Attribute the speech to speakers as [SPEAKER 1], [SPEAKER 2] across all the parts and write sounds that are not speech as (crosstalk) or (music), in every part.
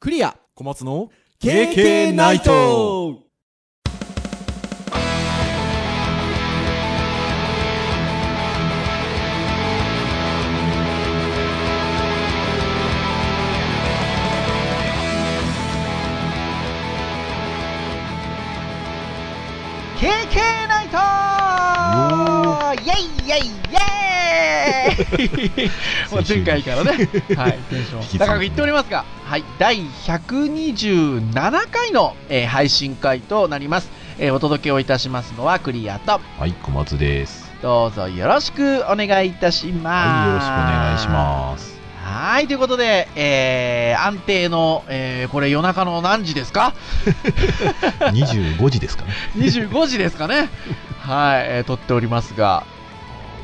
[SPEAKER 1] クリア
[SPEAKER 2] 小松の
[SPEAKER 1] KK ナイト
[SPEAKER 3] ナイトイェイイェイイェイ (laughs) もう前回からね、はい、テンション高くいっておりますが、はい、第127回の、えー配信会となります。えーお届けをいたしますのはクリアと、
[SPEAKER 4] はい、小松です。
[SPEAKER 3] どうぞよろしくお願いいた
[SPEAKER 4] はい、
[SPEAKER 3] し
[SPEAKER 4] よろ
[SPEAKER 3] ま
[SPEAKER 4] し
[SPEAKER 3] す。
[SPEAKER 4] くお願いします。
[SPEAKER 3] す。はい、ということで、えー安定の、えーこれ夜中の何時ですか
[SPEAKER 4] 25時ですか
[SPEAKER 3] (laughs)
[SPEAKER 4] ね。
[SPEAKER 3] ?25 時ですかね。 (laughs) はい、えー撮っておりますが、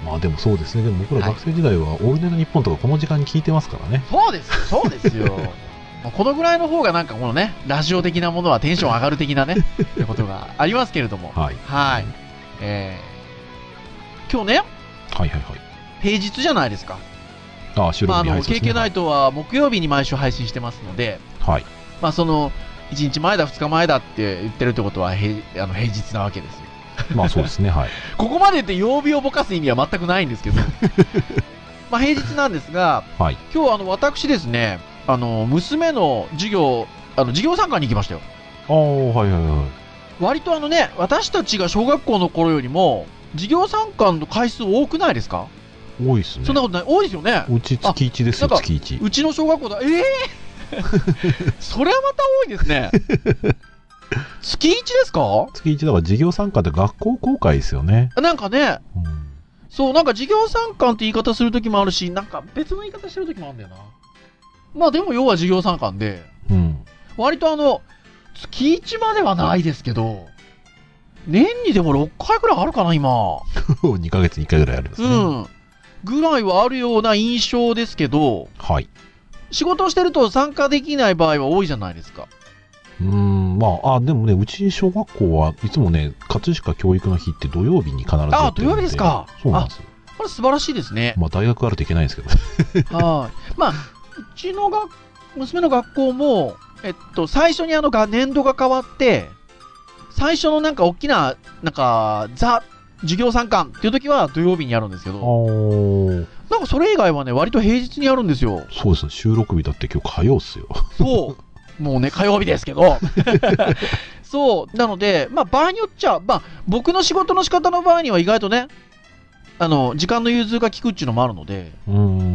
[SPEAKER 4] まあでもそうですね。でも僕ら
[SPEAKER 3] はい
[SPEAKER 4] 学生時代はオールデイの日本とかこの時間に聞いてますからね。
[SPEAKER 3] そうですよ、そうですよ。まあこのぐらいの方がなんかこのね、ラジオ的なものはテンション上がる的な
[SPEAKER 4] (laughs)
[SPEAKER 3] ね、ってことがありますけれども。
[SPEAKER 4] はい。
[SPEAKER 3] はい。えー今日ね、
[SPEAKER 4] はいはいはい。
[SPEAKER 3] 平日じゃないですか。
[SPEAKER 4] ああ、収
[SPEAKER 3] まあ、
[SPEAKER 4] 録
[SPEAKER 3] あ
[SPEAKER 4] に入
[SPEAKER 3] の、
[SPEAKER 4] りそうです
[SPEAKER 3] KK
[SPEAKER 4] ね。
[SPEAKER 3] ナイトは木曜日に毎週配信してますので、
[SPEAKER 4] はい。
[SPEAKER 3] まあ、その、1日前だ、2日前だって言ってるってことは、平あの平日なわけですよ。
[SPEAKER 4] まあそうですね。はい。
[SPEAKER 3] ここまでって曜日をぼかす意味は全くないんです
[SPEAKER 4] (laughs)
[SPEAKER 3] けど。まあ、平日なんですが、
[SPEAKER 4] はい。
[SPEAKER 3] 今日あの私ですねあの娘の授業あの授業参観に行きましたよ
[SPEAKER 4] ああ、はいはいはい。
[SPEAKER 3] 割とあのね私たちが小学校の頃よりも授業参観の回数多くないですか、
[SPEAKER 4] 多いですね。
[SPEAKER 3] そんなことない多いですよね
[SPEAKER 4] うち月1ですよ、
[SPEAKER 3] あなんか
[SPEAKER 4] 月1。
[SPEAKER 3] うちの小学校だええそれはまた多いですね月1ですか
[SPEAKER 4] 月1だから授業参加って学校公開ですよね。
[SPEAKER 3] なんかね
[SPEAKER 4] うん
[SPEAKER 3] そうなんか授業参観って言い方する時もあるしなんか別の言い方してる時もあるんだよなまあでも要は授業参観で
[SPEAKER 4] うん。 (laughs)
[SPEAKER 3] 割とあの、月1まではないですけど、年にでも6回くらいあるかな、今。
[SPEAKER 4] 2ヶ月に1回ぐらいあります
[SPEAKER 3] う
[SPEAKER 4] ね。
[SPEAKER 3] ん。ぐらいはあるような印象ですけど、
[SPEAKER 4] はい。
[SPEAKER 3] 仕事をしてると参加できない場合は多いじゃないですか。
[SPEAKER 4] うーん、まあ、あ、でもね、うち小学校はいつもね、葛飾教育の日って土曜日に必ずやってるん
[SPEAKER 3] あ土曜日ですか
[SPEAKER 4] そうなんですよ。。
[SPEAKER 3] これ素晴らしいですね (laughs)
[SPEAKER 4] まあ、大学あるといけないんですけど。
[SPEAKER 3] はい。まあ、うちのが、娘の学校も、えっと、最初にあのが、年度が変わって、最初のなんか大きな、なんか、ザ、授業参観っていう時は土曜日にやるんですけ
[SPEAKER 4] あ
[SPEAKER 3] ど、
[SPEAKER 4] ー
[SPEAKER 3] なんかそれ以外はね、割と平日にやるんですよ。
[SPEAKER 4] そうですね収録日だって今日火曜っすよ。
[SPEAKER 3] そう。もうね、火曜日です
[SPEAKER 4] (laughs)
[SPEAKER 3] けど。そう。なので、まあ、場合によっちゃ、まあ、僕の仕事の仕方の場合には意外とね、あの、時間の融通が利くっていうのもあるので、
[SPEAKER 4] うー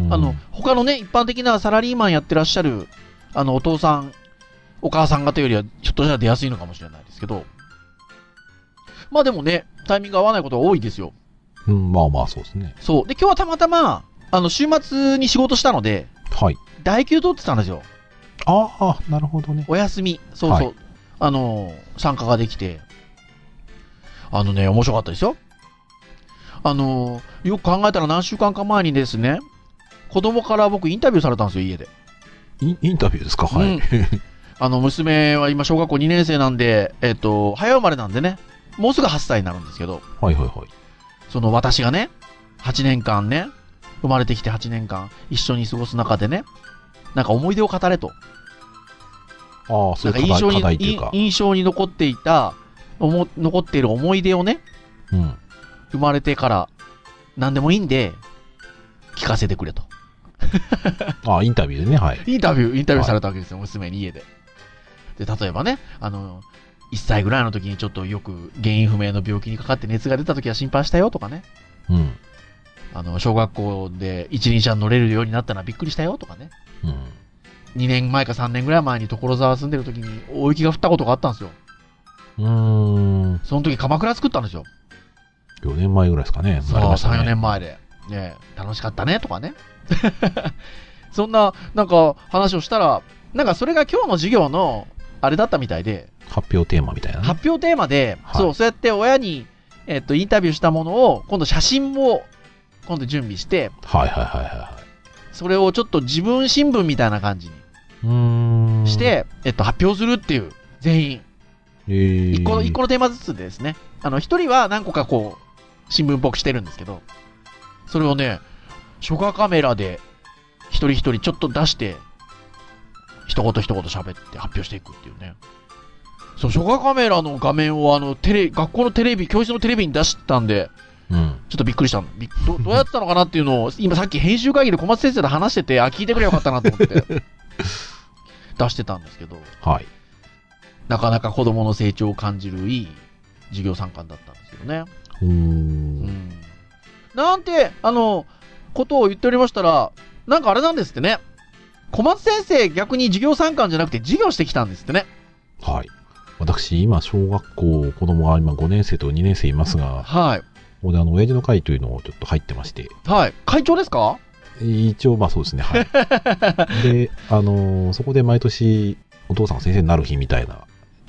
[SPEAKER 4] ん。
[SPEAKER 3] あの、他のね、一般的なサラリーマンやってらっしゃる、あの、お父さん、お母さん方よりは、ちょっとじゃ出やすいのかもしれないですけど、まあでもね、タイミング合わないことが多いですよ。
[SPEAKER 4] うん、まあまあ、そうですね。
[SPEAKER 3] そう。で、今日はたまたま、あの、週末に仕事したので、
[SPEAKER 4] はい。
[SPEAKER 3] 代休取ってたんですよ。
[SPEAKER 4] ああ、なるほどね。
[SPEAKER 3] お休み、そうそう、
[SPEAKER 4] は
[SPEAKER 3] あのー参加ができて、あのね、面白かったですよ。あのーよく考えたら何週間か前にですね、子供から僕インタビューされたんですよ、家で。
[SPEAKER 4] インインタビューですかはい。 (laughs)
[SPEAKER 3] うんあの、娘は今小学校2年生なんで、えっ、と、早生まれなんでね、もうすぐ8歳になるんですけど、
[SPEAKER 4] はいはいはい。
[SPEAKER 3] その私がね、8年間ね、生まれてきて8年間一緒に過ごす中でね、なんか思い出を語れと。
[SPEAKER 4] ああ、そう
[SPEAKER 3] な
[SPEAKER 4] ん
[SPEAKER 3] か
[SPEAKER 4] いう
[SPEAKER 3] 印
[SPEAKER 4] 課題
[SPEAKER 3] 象
[SPEAKER 4] 課
[SPEAKER 3] に
[SPEAKER 4] 題っていうか。
[SPEAKER 3] 印象に残っていた、おも残っている思い出をね、
[SPEAKER 4] うん。
[SPEAKER 3] 生まれてから何でもいいんで、聞かせてくれと。
[SPEAKER 4] ああ、インタビューでね、はい。
[SPEAKER 3] インタビュー、インタビューされたわけですよ、娘に家で。で、例えばね、あの、1歳ぐらいの時にちょっとよく原因不明の病気にかかって熱が出た時は心配したよとかね、
[SPEAKER 4] うん。
[SPEAKER 3] あの、小学校で一輪車に乗れるようになったのはびっくりしたよとかね、
[SPEAKER 4] うん。
[SPEAKER 3] 2年前か3年ぐらい前に所沢住んでる時に大雪が降ったことがあったんですよ。
[SPEAKER 4] うーん。
[SPEAKER 3] その時鎌倉作ったんですよ。
[SPEAKER 4] 4年前ぐらいですかね。
[SPEAKER 3] そう、
[SPEAKER 4] なりました
[SPEAKER 3] 3、4
[SPEAKER 4] ね。
[SPEAKER 3] 年前で。ねえ楽しかったね、とかね。 (laughs) そんな、なんか、話をしたら、なんかそれが今日の授業の、あれだったみたいで、
[SPEAKER 4] 発表テーマみたいなね。
[SPEAKER 3] 発表テーマで、
[SPEAKER 4] はい
[SPEAKER 3] そう、そうやって親に、えっと、インタビューしたものを、今度写真も、今度準備して、
[SPEAKER 4] はいはいはいはいはい。
[SPEAKER 3] それをちょっと自分新聞みたいな感じ
[SPEAKER 4] うーん
[SPEAKER 3] にし、て、えっと、発表するっていう、全員。
[SPEAKER 4] えー、
[SPEAKER 3] 一個の、一個のテーマずつですね。あの、一人は何個かこう、新聞っぽくしてるんですけど、それをね、初夏カメラで、一人一人ちょっと出して、一言一言喋って発表していくっていうね。そう、初夏カメラの画面をあの、テレ、学校のテレビ、教室のテレビに出したんで、
[SPEAKER 4] うん。
[SPEAKER 3] ちょっとびっくりしたの。びっ
[SPEAKER 4] (laughs)
[SPEAKER 3] どどうやったのかなっていうのを、今さっき編集会議で小松先生と話してて、あ、聞いてくれよかったなと思って、
[SPEAKER 4] (laughs)
[SPEAKER 3] 出してたんですけど、
[SPEAKER 4] はい。
[SPEAKER 3] なかなか子供の成長を感じるいい授業参観だったんですけどね。
[SPEAKER 4] うー。
[SPEAKER 3] うんん。なんて、あの、ことを言っておりましたら、なんかあれなんですってね。小松先生逆に授業参観じゃなくて授業してきたんですってね。
[SPEAKER 4] はい。私、今、小学校、子供が今5年生と2年生いますが、
[SPEAKER 3] はい。
[SPEAKER 4] ここであの、親父の会というのをちょっと入ってまして、
[SPEAKER 3] はい。会長ですか
[SPEAKER 4] 一応、まあそうですね、はい。
[SPEAKER 3] (laughs)
[SPEAKER 4] で、あのーそこで毎年、お父さんが先生になる日みたいな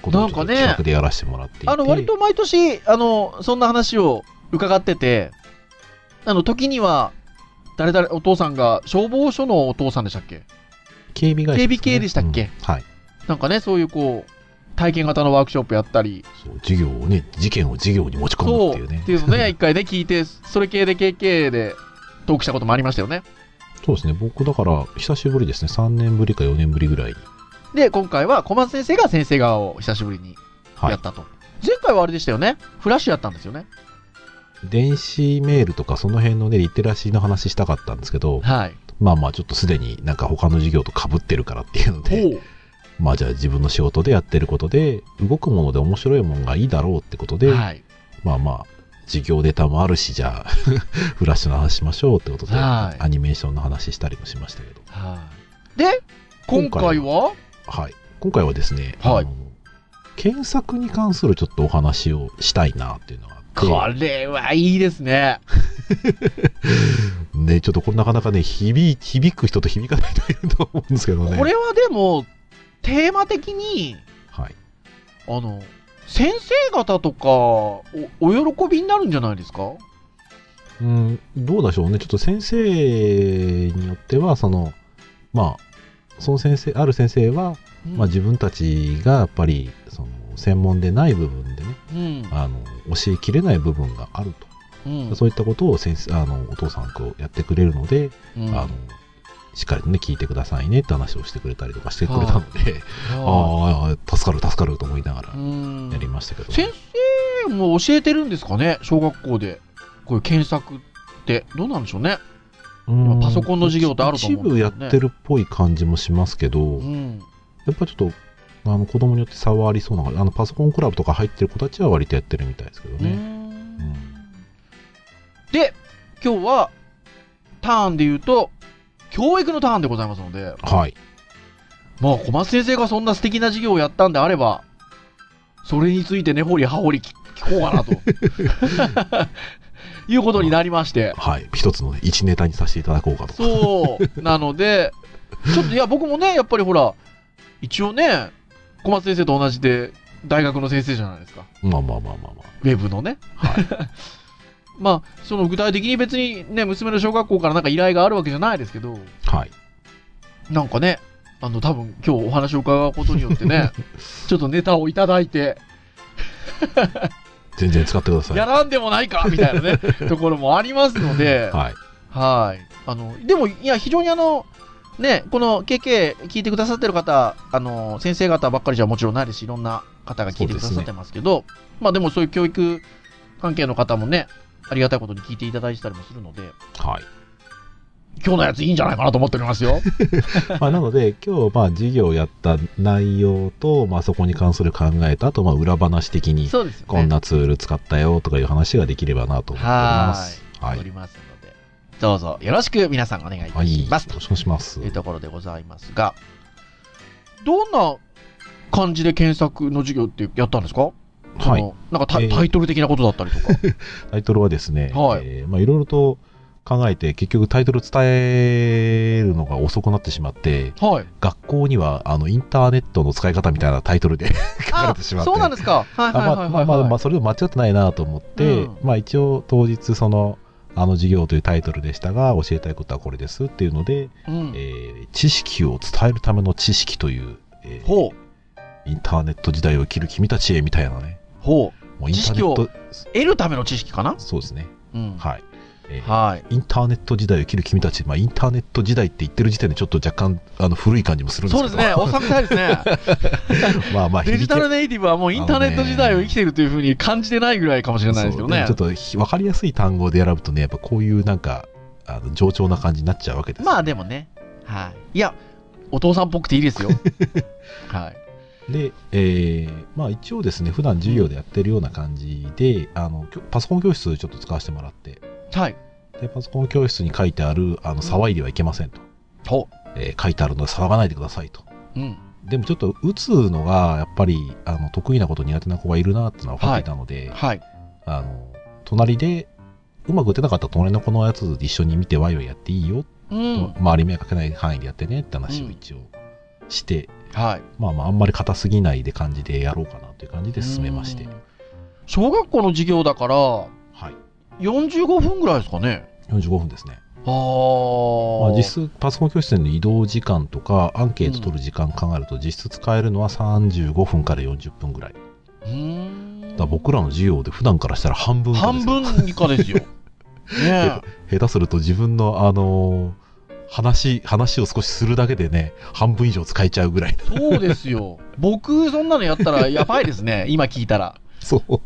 [SPEAKER 4] ことをちょっ
[SPEAKER 3] なん
[SPEAKER 4] と
[SPEAKER 3] かね
[SPEAKER 4] 企画でやらせてもらっていて、
[SPEAKER 3] あの、割と毎年、あの、そんな話を伺ってて、あの、時には、誰々、お父さんが、消防署のお父さんでしたっけ
[SPEAKER 4] 警備会社すね、
[SPEAKER 3] 警備系でしたっけ
[SPEAKER 4] うんはい。
[SPEAKER 3] なんかね、そういうこう、体験型のワークショップやったり、
[SPEAKER 4] そう、授業をね、事件を授業に持ち込む
[SPEAKER 3] そ
[SPEAKER 4] って
[SPEAKER 3] う、
[SPEAKER 4] いう
[SPEAKER 3] っ
[SPEAKER 4] ね。
[SPEAKER 3] ていうのね、一回ね、聞いて、それ系で KK でトークしたこともありましたよね。
[SPEAKER 4] (laughs) そうですね、僕だから、久しぶりですね、3年ぶりか4年ぶりぐらいに。
[SPEAKER 3] で、今回は小松先生が先生側を久しぶりに
[SPEAKER 4] は
[SPEAKER 3] や
[SPEAKER 4] い
[SPEAKER 3] っ。たと。前回はあれでしたよね。フラッシュやったんですよね。
[SPEAKER 4] 電子メールとかその辺のね、リテラシーの話したかったんですけど、
[SPEAKER 3] はい。
[SPEAKER 4] まあまあちょっとすでになんか他の授業と被ってるからっていうので、
[SPEAKER 3] う。
[SPEAKER 4] まあじゃあ自分の仕事でやってることで、動くもので面白いものがいいだろうってことで、
[SPEAKER 3] はい。
[SPEAKER 4] まあまあ、授業データもあるし、じゃあ、 (laughs) フラッシュの話しましょうってことで、
[SPEAKER 3] はい
[SPEAKER 4] アニメーションの話したりもしましたけど、
[SPEAKER 3] はい。で、今回は
[SPEAKER 4] はい。今回はですね、
[SPEAKER 3] はい
[SPEAKER 4] あの検索に関するちょっとお話をしたいなっていうのが
[SPEAKER 3] こ
[SPEAKER 4] あって、
[SPEAKER 3] れはいいですね。
[SPEAKER 4] ね、ちょっとこれなかなかね、響い響く人と響かない人いると思うんですけどね。
[SPEAKER 3] これはでも、テーマ的に、
[SPEAKER 4] はい。
[SPEAKER 3] あの、先生方とかお、お喜びになるんじゃないですか
[SPEAKER 4] うん、どうでしょうね。ちょっと先生によっては、その、まあ、その先生、ある先生は、まあ自分たちがやっぱり、その、専門でない部分でね、
[SPEAKER 3] うん。
[SPEAKER 4] あの、教えきれない部分がある
[SPEAKER 3] うん
[SPEAKER 4] と。そういったことを先生、あの、お父さんとやってくれるので、
[SPEAKER 3] うん
[SPEAKER 4] あの、しっかりとね、聞いてくださいねって話をしてくれたりとかしてくれたので、(laughs)
[SPEAKER 3] は
[SPEAKER 4] ああー、助かる助かると思いながら
[SPEAKER 3] いうん
[SPEAKER 4] やりましたけど、
[SPEAKER 3] 先生も教えてるんですかね小学校で。こういう検索って。どうなんでしょうね。
[SPEAKER 4] うん
[SPEAKER 3] パソコンの授業ってあると思うんですよね
[SPEAKER 4] 一部やってるっぽい感じもしますけど、
[SPEAKER 3] うん。
[SPEAKER 4] やっぱちょっと、あの子供によって差はありそうなのがあのパソコンクラブとか入ってる子たちは割とやってるみたいですけど
[SPEAKER 3] う
[SPEAKER 4] ね。
[SPEAKER 3] ん
[SPEAKER 4] うん
[SPEAKER 3] で、今日は、ターンで言うと、教育のターンでございますので、
[SPEAKER 4] はい。
[SPEAKER 3] まあ、小松先生がそんな素敵な授業をやったんであれば、それについて根掘り葉掘り聞聞こうかなと。 (laughs) いうことになりまして。
[SPEAKER 4] はい。一つのね、一ネタにさせていただこうかと。
[SPEAKER 3] そう。なので、ちょっといや、僕もね、やっぱりほら、一応ね、小松先生と同じで、大学の先生じゃないですか。
[SPEAKER 4] まあまあまあまあまあ。
[SPEAKER 3] ウェブのね。まあ、その具体的に別にね、娘の小学校からなんか依頼があるわけじゃないですけど、
[SPEAKER 4] はい。
[SPEAKER 3] なんかね、あの、多分今日お話を伺うことによってね、ちょっとネタをいただいて、
[SPEAKER 4] 全然使ってください。
[SPEAKER 3] やらんでもないかみたいなね、ところもありますので、
[SPEAKER 4] はい。
[SPEAKER 3] はい。あの、でも、いや、非常にあの、ね、この KK 聞いてくださってる方、あの、先生方ばっかりじゃもちろんないですし、いろんな方が聞いてくださってますけど、まあでもそういう教育関係の方もね、ありがたいことに聞いていただいてたりもするので、
[SPEAKER 4] はい。
[SPEAKER 3] 今日のやついいんじゃないかなと思っておりますよ。
[SPEAKER 4] まあなので、今日、まあ授業をやった内容と、まあそこに関する考えと、あと、まあ裏話的に、
[SPEAKER 3] (laughs) そうですよね。
[SPEAKER 4] こんなツール使ったよとかいう話ができればなと思っております。は
[SPEAKER 3] お
[SPEAKER 4] い。
[SPEAKER 3] りますので、どうぞよろしく皆さんお願いいたし
[SPEAKER 4] よろ
[SPEAKER 3] ます、
[SPEAKER 4] しくお願いします
[SPEAKER 3] とい。うところでございますが、どんな感じで検索の授業ってやったんですか
[SPEAKER 4] はい
[SPEAKER 3] そ。のなんかタ,、
[SPEAKER 4] えー
[SPEAKER 3] イトル的なことだったりとか。
[SPEAKER 4] タイトルはですね、
[SPEAKER 3] はい
[SPEAKER 4] えーまあ、いろいろと考えて結局タイトル伝えるのが遅くなってしまって
[SPEAKER 3] はい。
[SPEAKER 4] 学校にはあのインターネットの使い方みたいなタイトルで書かれてしまって
[SPEAKER 3] そうなんですか。はいはいはい
[SPEAKER 4] あ
[SPEAKER 3] はい、
[SPEAKER 4] まあまあまあそれでも間違ってないなと思って、
[SPEAKER 3] うん
[SPEAKER 4] まあ、一応当日その「あの授業」というタイトルでしたが教えたいことはこれですっていうので、
[SPEAKER 3] うん
[SPEAKER 4] えー知識を伝えるための知識という、えー
[SPEAKER 3] ほう。
[SPEAKER 4] インターネット時代を生きる君たちへみたいなね
[SPEAKER 3] ほう。
[SPEAKER 4] もうインターネット
[SPEAKER 3] 知得るための知識かな
[SPEAKER 4] そうですね
[SPEAKER 3] うん。
[SPEAKER 4] はい。えー
[SPEAKER 3] はい。
[SPEAKER 4] インターネット時代を生きる君たち、まあ、インターネット時代って言ってる時点でちょっと若干あの古い感じもするんです
[SPEAKER 3] そう
[SPEAKER 4] けど
[SPEAKER 3] ですね、おさめたいです (laughs) ね。
[SPEAKER 4] まあまあ
[SPEAKER 3] デジタル
[SPEAKER 4] ね
[SPEAKER 3] ネイティブはもうインターネット時代を生きてるというふうに感じてないぐらいかもしれないですけどね
[SPEAKER 4] ちょっ。とひ分かりやすい単語で選ぶとねやっぱこういうなんかあの冗長な感じになっちゃうわけです、
[SPEAKER 3] まあでもね、はい。いや、お父さんっぽくていいです (laughs) よ。はい。
[SPEAKER 4] で、えーまあ、一応ですね普段授業でやってるような感じであのきょパソコン教室ちょっと使わせてもらって
[SPEAKER 3] はい。
[SPEAKER 4] でパソコン教室に書いてあるあの騒いではいけませんと、
[SPEAKER 3] ほ
[SPEAKER 4] えー書いてあるので騒がないでくださいと
[SPEAKER 3] う。うん。
[SPEAKER 4] でもちょっと打つのがやっぱりあの得意なこと苦手な子がいるなっていうのは分かっていたので、
[SPEAKER 3] はい。
[SPEAKER 4] あの隣でうまく打てなかった隣の子のやつ一緒に見てワイワイやっていいよ、
[SPEAKER 3] うん。
[SPEAKER 4] 周り迷惑かけない範囲でやってねって話を一応して、
[SPEAKER 3] はい。
[SPEAKER 4] まあまああんまり硬すぎないで感じでやろうかなという感じで進めまして
[SPEAKER 3] うん。小学校の授業だから、
[SPEAKER 4] はい
[SPEAKER 3] 45分ぐらいですかね。
[SPEAKER 4] 45分ですね、
[SPEAKER 3] あー。
[SPEAKER 4] まあ、実質パソコン教室への移動時間とかアンケート取る時間考えると実質使えるのは35分から40分ぐらいだか
[SPEAKER 3] うーん
[SPEAKER 4] ら僕らの授業で普段からしたら半分以下で
[SPEAKER 3] 半
[SPEAKER 4] すよ
[SPEAKER 3] 分以下です (laughs) よ。ねえ。
[SPEAKER 4] 下手すると自分のあのー話話を少しするだけでね半分以上使えちゃうぐらいだ
[SPEAKER 3] そうですよ。僕、そんなのやったらやばいです (laughs) ね。今聞いたら。
[SPEAKER 4] (laughs) そう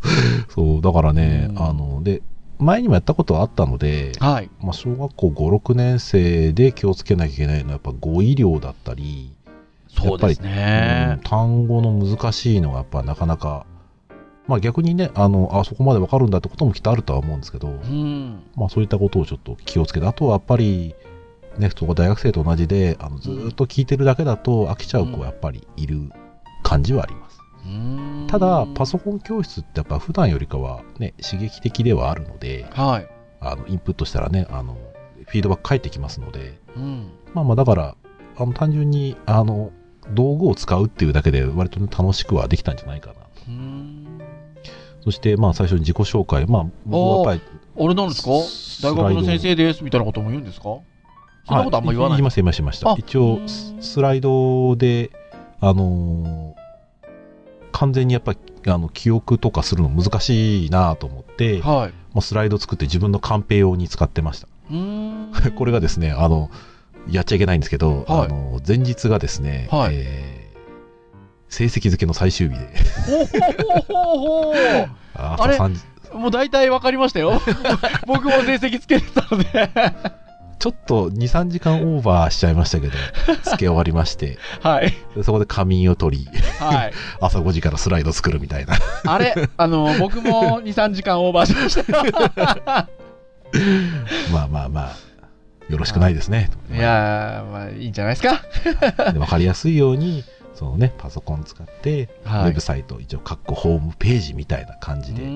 [SPEAKER 4] そうだからね、
[SPEAKER 3] うん
[SPEAKER 4] あので前にもやったことはあったので、
[SPEAKER 3] はい。
[SPEAKER 4] まあ、小学校56年生で気をつけなきゃいけないのはやっぱ語彙量だったり、
[SPEAKER 3] そうです
[SPEAKER 4] うん
[SPEAKER 3] ね。
[SPEAKER 4] 単語の難しいのがやっぱなかなか、まあ、逆にねあのあそこまでわかるんだってこともきっとあるとは思うんですけど、
[SPEAKER 3] うん。
[SPEAKER 4] まあ、そういったことをちょっと気をつけてあとはやっぱり、ね、そこ大学生と同じであのずーっと聞いてるだけだと飽きちゃう
[SPEAKER 3] うん
[SPEAKER 4] 子やっぱりいる感じはあります、
[SPEAKER 3] うん
[SPEAKER 4] ただパソコン教室ってやっぱ普段よりかは、ね、刺激的ではあるので
[SPEAKER 3] はい。
[SPEAKER 4] あのインプットしたらねあのフィードバック返ってきますので
[SPEAKER 3] うん。
[SPEAKER 4] まあまあだからあの単純にあの道具を使うっていうだけで割と、ね、楽しくはできたんじゃないかな
[SPEAKER 3] うん
[SPEAKER 4] そしてまあ最初に自己紹介まあ僕はやっぱり
[SPEAKER 3] 俺なんですか
[SPEAKER 4] ス
[SPEAKER 3] 大
[SPEAKER 4] ライ
[SPEAKER 3] 学
[SPEAKER 4] ド
[SPEAKER 3] の先生ですみたいなことも言うんですかそんなことあんま言わな。
[SPEAKER 4] はいいました、言いました、言いました
[SPEAKER 3] あ。
[SPEAKER 4] 一応
[SPEAKER 3] う、ん
[SPEAKER 4] ススライドで、あのー完全にやっぱり、あの、記憶とかするの難しいなと思って、も
[SPEAKER 3] は
[SPEAKER 4] うスライド作って自分のカンペ用に使ってました。
[SPEAKER 3] い。うん。
[SPEAKER 4] (laughs) これがですね、あの、やっちゃいけないんですけど、
[SPEAKER 3] はい
[SPEAKER 4] あの、前日がですね、
[SPEAKER 3] はい
[SPEAKER 4] えー成績付けの最終日で、 (laughs)
[SPEAKER 3] ほほほほほ
[SPEAKER 4] 朝
[SPEAKER 3] あれ
[SPEAKER 4] 3時
[SPEAKER 3] もう大体わかりましたよ。僕も成績つけてたので。
[SPEAKER 4] ちょっと2、3時間オーバーしちゃいましたけ
[SPEAKER 3] (laughs)
[SPEAKER 4] ど、付け終わりまして、
[SPEAKER 3] はい。
[SPEAKER 4] でそこで仮眠を取り、 (laughs)
[SPEAKER 3] はい。
[SPEAKER 4] 朝5時からスライド作るみたい
[SPEAKER 3] (laughs)
[SPEAKER 4] な。
[SPEAKER 3] あれ、あの、僕も2、3時間オーバーしましたよ。
[SPEAKER 4] まあまあまあ、よろしくないですね。
[SPEAKER 3] いやー、まあ、いいんじゃないですか。
[SPEAKER 4] (laughs) でわかりやすいように、そのね、パソコン使って、ウ
[SPEAKER 3] は
[SPEAKER 4] ェブサイト、一応、括弧ホームページみたいな感じで、こ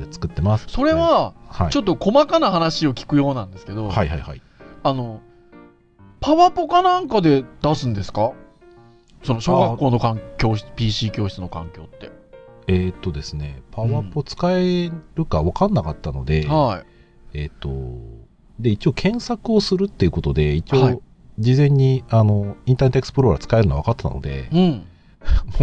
[SPEAKER 4] れ作ってます。
[SPEAKER 3] それは、
[SPEAKER 4] はい、
[SPEAKER 3] ちょっと細かな話を聞くようなんですけど、
[SPEAKER 4] はいはいはい。
[SPEAKER 3] あの、パワポかなんかで出すんですかその小学校の環境、PC 教室の環境って。
[SPEAKER 4] えーっとですね、パワポ使えるか分かんなかったので、
[SPEAKER 3] は
[SPEAKER 4] えーっと、で、一応検索をするっていうことで、一応、
[SPEAKER 3] はい
[SPEAKER 4] 事前に、あの、インターネットエクスプローラー使えるのは分かってたので
[SPEAKER 3] い。、うん。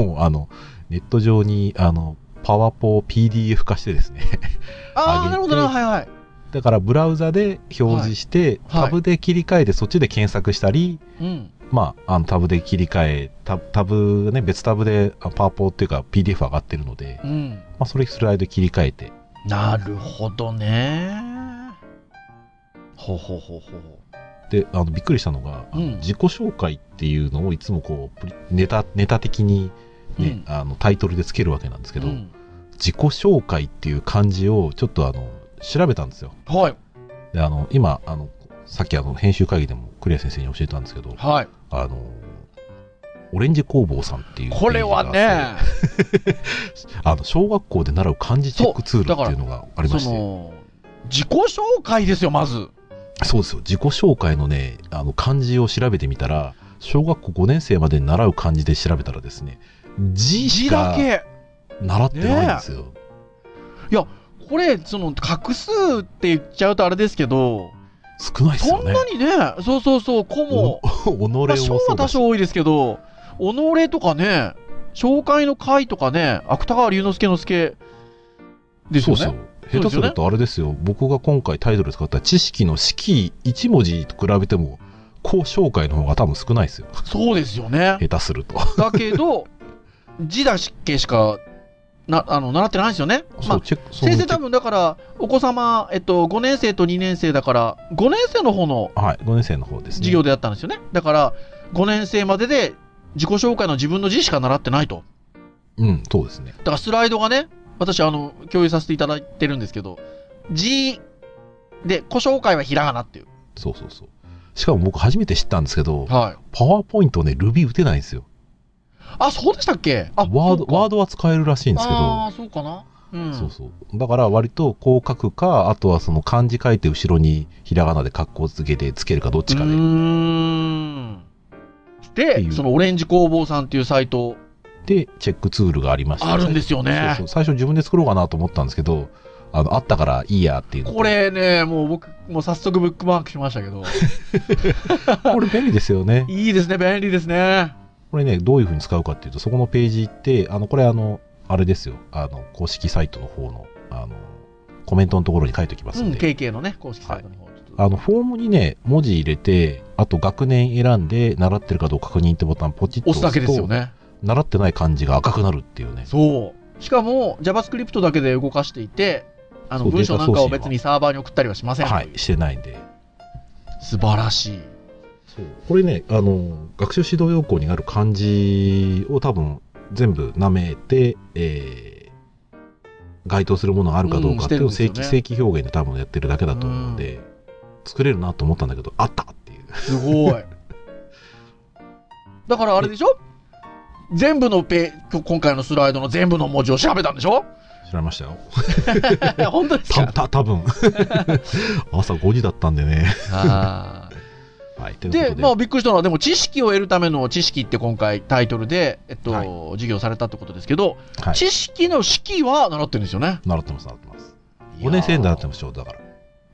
[SPEAKER 4] もう、あの、ネット上に、あの、パワポを PDF 化してですね、 (laughs)
[SPEAKER 3] あ
[SPEAKER 4] 上げて
[SPEAKER 3] あ、なるほどな。はいはい。
[SPEAKER 4] だからブラウザで表示して、
[SPEAKER 3] はいはい
[SPEAKER 4] タブで切り替えてそっちで検索したり、
[SPEAKER 3] うん。
[SPEAKER 4] まあ、あのタブで切り替えタタブね別タブであパワポっていうか PDF 上がってるので、
[SPEAKER 3] う
[SPEAKER 4] ま
[SPEAKER 3] ん。
[SPEAKER 4] あ、それスライド切り替えて
[SPEAKER 3] なるほどね。ほうほうほうほう。
[SPEAKER 4] であのびっくりしたのが、あの
[SPEAKER 3] うん
[SPEAKER 4] 自己紹介っていうのをいつもこうプリネタネタ的に、ねあのタイトルでつけるわけなんですけど、
[SPEAKER 3] うん
[SPEAKER 4] 自己紹介っていう漢字をちょっとあの調べたんですよ
[SPEAKER 3] はい。
[SPEAKER 4] であの今あのさっきあの編集会議でもクリア先生に教えたんですけど、
[SPEAKER 3] はい。
[SPEAKER 4] あの、オレンジ工房さんっていうページがあって。
[SPEAKER 3] これはね、
[SPEAKER 4] あの、小学校で習う漢字チェックツールっていうのがありま
[SPEAKER 3] そ
[SPEAKER 4] して。
[SPEAKER 3] の、自己紹介ですよ、まず。
[SPEAKER 4] そうですよ。自己紹介のね、あの、漢字を調べてみたら、小学校5年生までに習う漢字で調べたらですね、字し
[SPEAKER 3] 字
[SPEAKER 4] か
[SPEAKER 3] だけ。
[SPEAKER 4] 習ってないんですよ。
[SPEAKER 3] これ、その、画数って言っちゃうとあれですけど、
[SPEAKER 4] 少ないです
[SPEAKER 3] そ
[SPEAKER 4] よ
[SPEAKER 3] ん
[SPEAKER 4] ね。
[SPEAKER 3] なにね、そうそうそう、子も、
[SPEAKER 4] お、己
[SPEAKER 3] まあ、
[SPEAKER 4] も
[SPEAKER 3] 章
[SPEAKER 4] そ
[SPEAKER 3] は
[SPEAKER 4] うだ
[SPEAKER 3] 多
[SPEAKER 4] し。
[SPEAKER 3] 少多いですけど、己とかね、紹介の会とかね、芥川龍之介の介です
[SPEAKER 4] そ
[SPEAKER 3] よ
[SPEAKER 4] うそう
[SPEAKER 3] ね。。そう
[SPEAKER 4] 下手
[SPEAKER 3] です
[SPEAKER 4] す
[SPEAKER 3] よね
[SPEAKER 4] るとあれですよ僕が今回タイトル使った知識の式1文字と比べても高紹介の方が多分少ないですよ
[SPEAKER 3] そうですよね。
[SPEAKER 4] 下手すると、
[SPEAKER 3] だけ
[SPEAKER 4] (laughs)
[SPEAKER 3] ど、字だけしか、な、あの、習ってないんですよね。ま
[SPEAKER 4] そ
[SPEAKER 3] あ
[SPEAKER 4] う、チェックその
[SPEAKER 3] 先生
[SPEAKER 4] チェ
[SPEAKER 3] 多
[SPEAKER 4] ッ
[SPEAKER 3] 分だから、お子様、えっと、5年生と2年生だから、5年生の方の
[SPEAKER 4] クはい5年生の方ですね
[SPEAKER 3] 授業でやったんですよね。だから、5年生までで自己紹介の自分の字しか習ってないと。
[SPEAKER 4] うんそうですね
[SPEAKER 3] だからスライドがね、私、あの、共有させていただいてるんですけど、字で、故障介はひらがなっていう。
[SPEAKER 4] そうそうそうしかも僕初めて知ったんですけど
[SPEAKER 3] はい。
[SPEAKER 4] パワーポイントね Ruby 打てないんですよ
[SPEAKER 3] あ、そうでしたっけあ、
[SPEAKER 4] ワードワー
[SPEAKER 3] ド
[SPEAKER 4] ドは使えるらしいんですけ
[SPEAKER 3] あ
[SPEAKER 4] ど
[SPEAKER 3] あ、そうかな。うん。
[SPEAKER 4] そうそうだから割とこう書くかあとはその漢字書いて後ろにひらがなで格好付けでつけるかどっちか
[SPEAKER 3] う
[SPEAKER 4] で、
[SPEAKER 3] ーん。
[SPEAKER 4] って
[SPEAKER 3] で
[SPEAKER 4] い、う
[SPEAKER 3] そのオレンジ工房さんっていうサイト、
[SPEAKER 4] でチェックツールがありまして
[SPEAKER 3] あるんですよ
[SPEAKER 4] そう
[SPEAKER 3] ね
[SPEAKER 4] そう最初自分で作ろうかなと思ったんですけどあのあったからいいやっていうのと
[SPEAKER 3] これね、もう僕、もう早速ブックマークしまし
[SPEAKER 4] (laughs)
[SPEAKER 3] たけど、
[SPEAKER 4] これ便利ですよね
[SPEAKER 3] いいですね、便利ですね。
[SPEAKER 4] これねどういうふうに使うかっていうとそこのページ行ってあのこれあのあれですよあの公式サイトの方のあのコメントのところに書いておきます
[SPEAKER 3] うんん、
[SPEAKER 4] で、
[SPEAKER 3] KK のね、公式サイトの方、ちょっと
[SPEAKER 4] あのフォームにね文字入れてあと学年選んで習ってるかどうか確認ってボタンポチッと
[SPEAKER 3] 押すだけですよ
[SPEAKER 4] と
[SPEAKER 3] ね。
[SPEAKER 4] 習ってない漢字が赤くなるっていうね
[SPEAKER 3] そう。しかも、JavaScript だけで動かしていて、あの
[SPEAKER 4] そう
[SPEAKER 3] 文章なんかを別
[SPEAKER 4] データ送信は
[SPEAKER 3] にサーバーに送ったりはしません。
[SPEAKER 4] はいしてないんで
[SPEAKER 3] 素晴らしい。
[SPEAKER 4] これねあの学習指導要項にある漢字を多分全部なめて、えー該当するものがあるかどうかっていうの
[SPEAKER 3] う
[SPEAKER 4] を
[SPEAKER 3] んしてる
[SPEAKER 4] 正
[SPEAKER 3] んです
[SPEAKER 4] 規,、
[SPEAKER 3] よ
[SPEAKER 4] 正
[SPEAKER 3] ね
[SPEAKER 4] 規表現で多分やってるだけだと思うんで、作れるなと思ったんだけどあったって
[SPEAKER 3] (laughs)
[SPEAKER 4] いう
[SPEAKER 3] すごい。だからあれでしょ全部のペ、今回のスライドの全部の文字を調べたんでしょ
[SPEAKER 4] (laughs) 知られましたよ
[SPEAKER 3] 本当です
[SPEAKER 4] た
[SPEAKER 3] か
[SPEAKER 4] た多分 (laughs) 朝5時だったんでね
[SPEAKER 3] あー
[SPEAKER 4] はいということ
[SPEAKER 3] (laughs) で、
[SPEAKER 4] で
[SPEAKER 3] まあびっくりしたのは、でも知識を得るための知識って今回タイトルで、えっと、
[SPEAKER 4] はい
[SPEAKER 3] 授業されたってことですけど、
[SPEAKER 4] はい
[SPEAKER 3] 知識の式は習ってるんですよね。
[SPEAKER 4] 習ってます習ってます5年生に
[SPEAKER 3] だ
[SPEAKER 4] 習ってますちょうどだから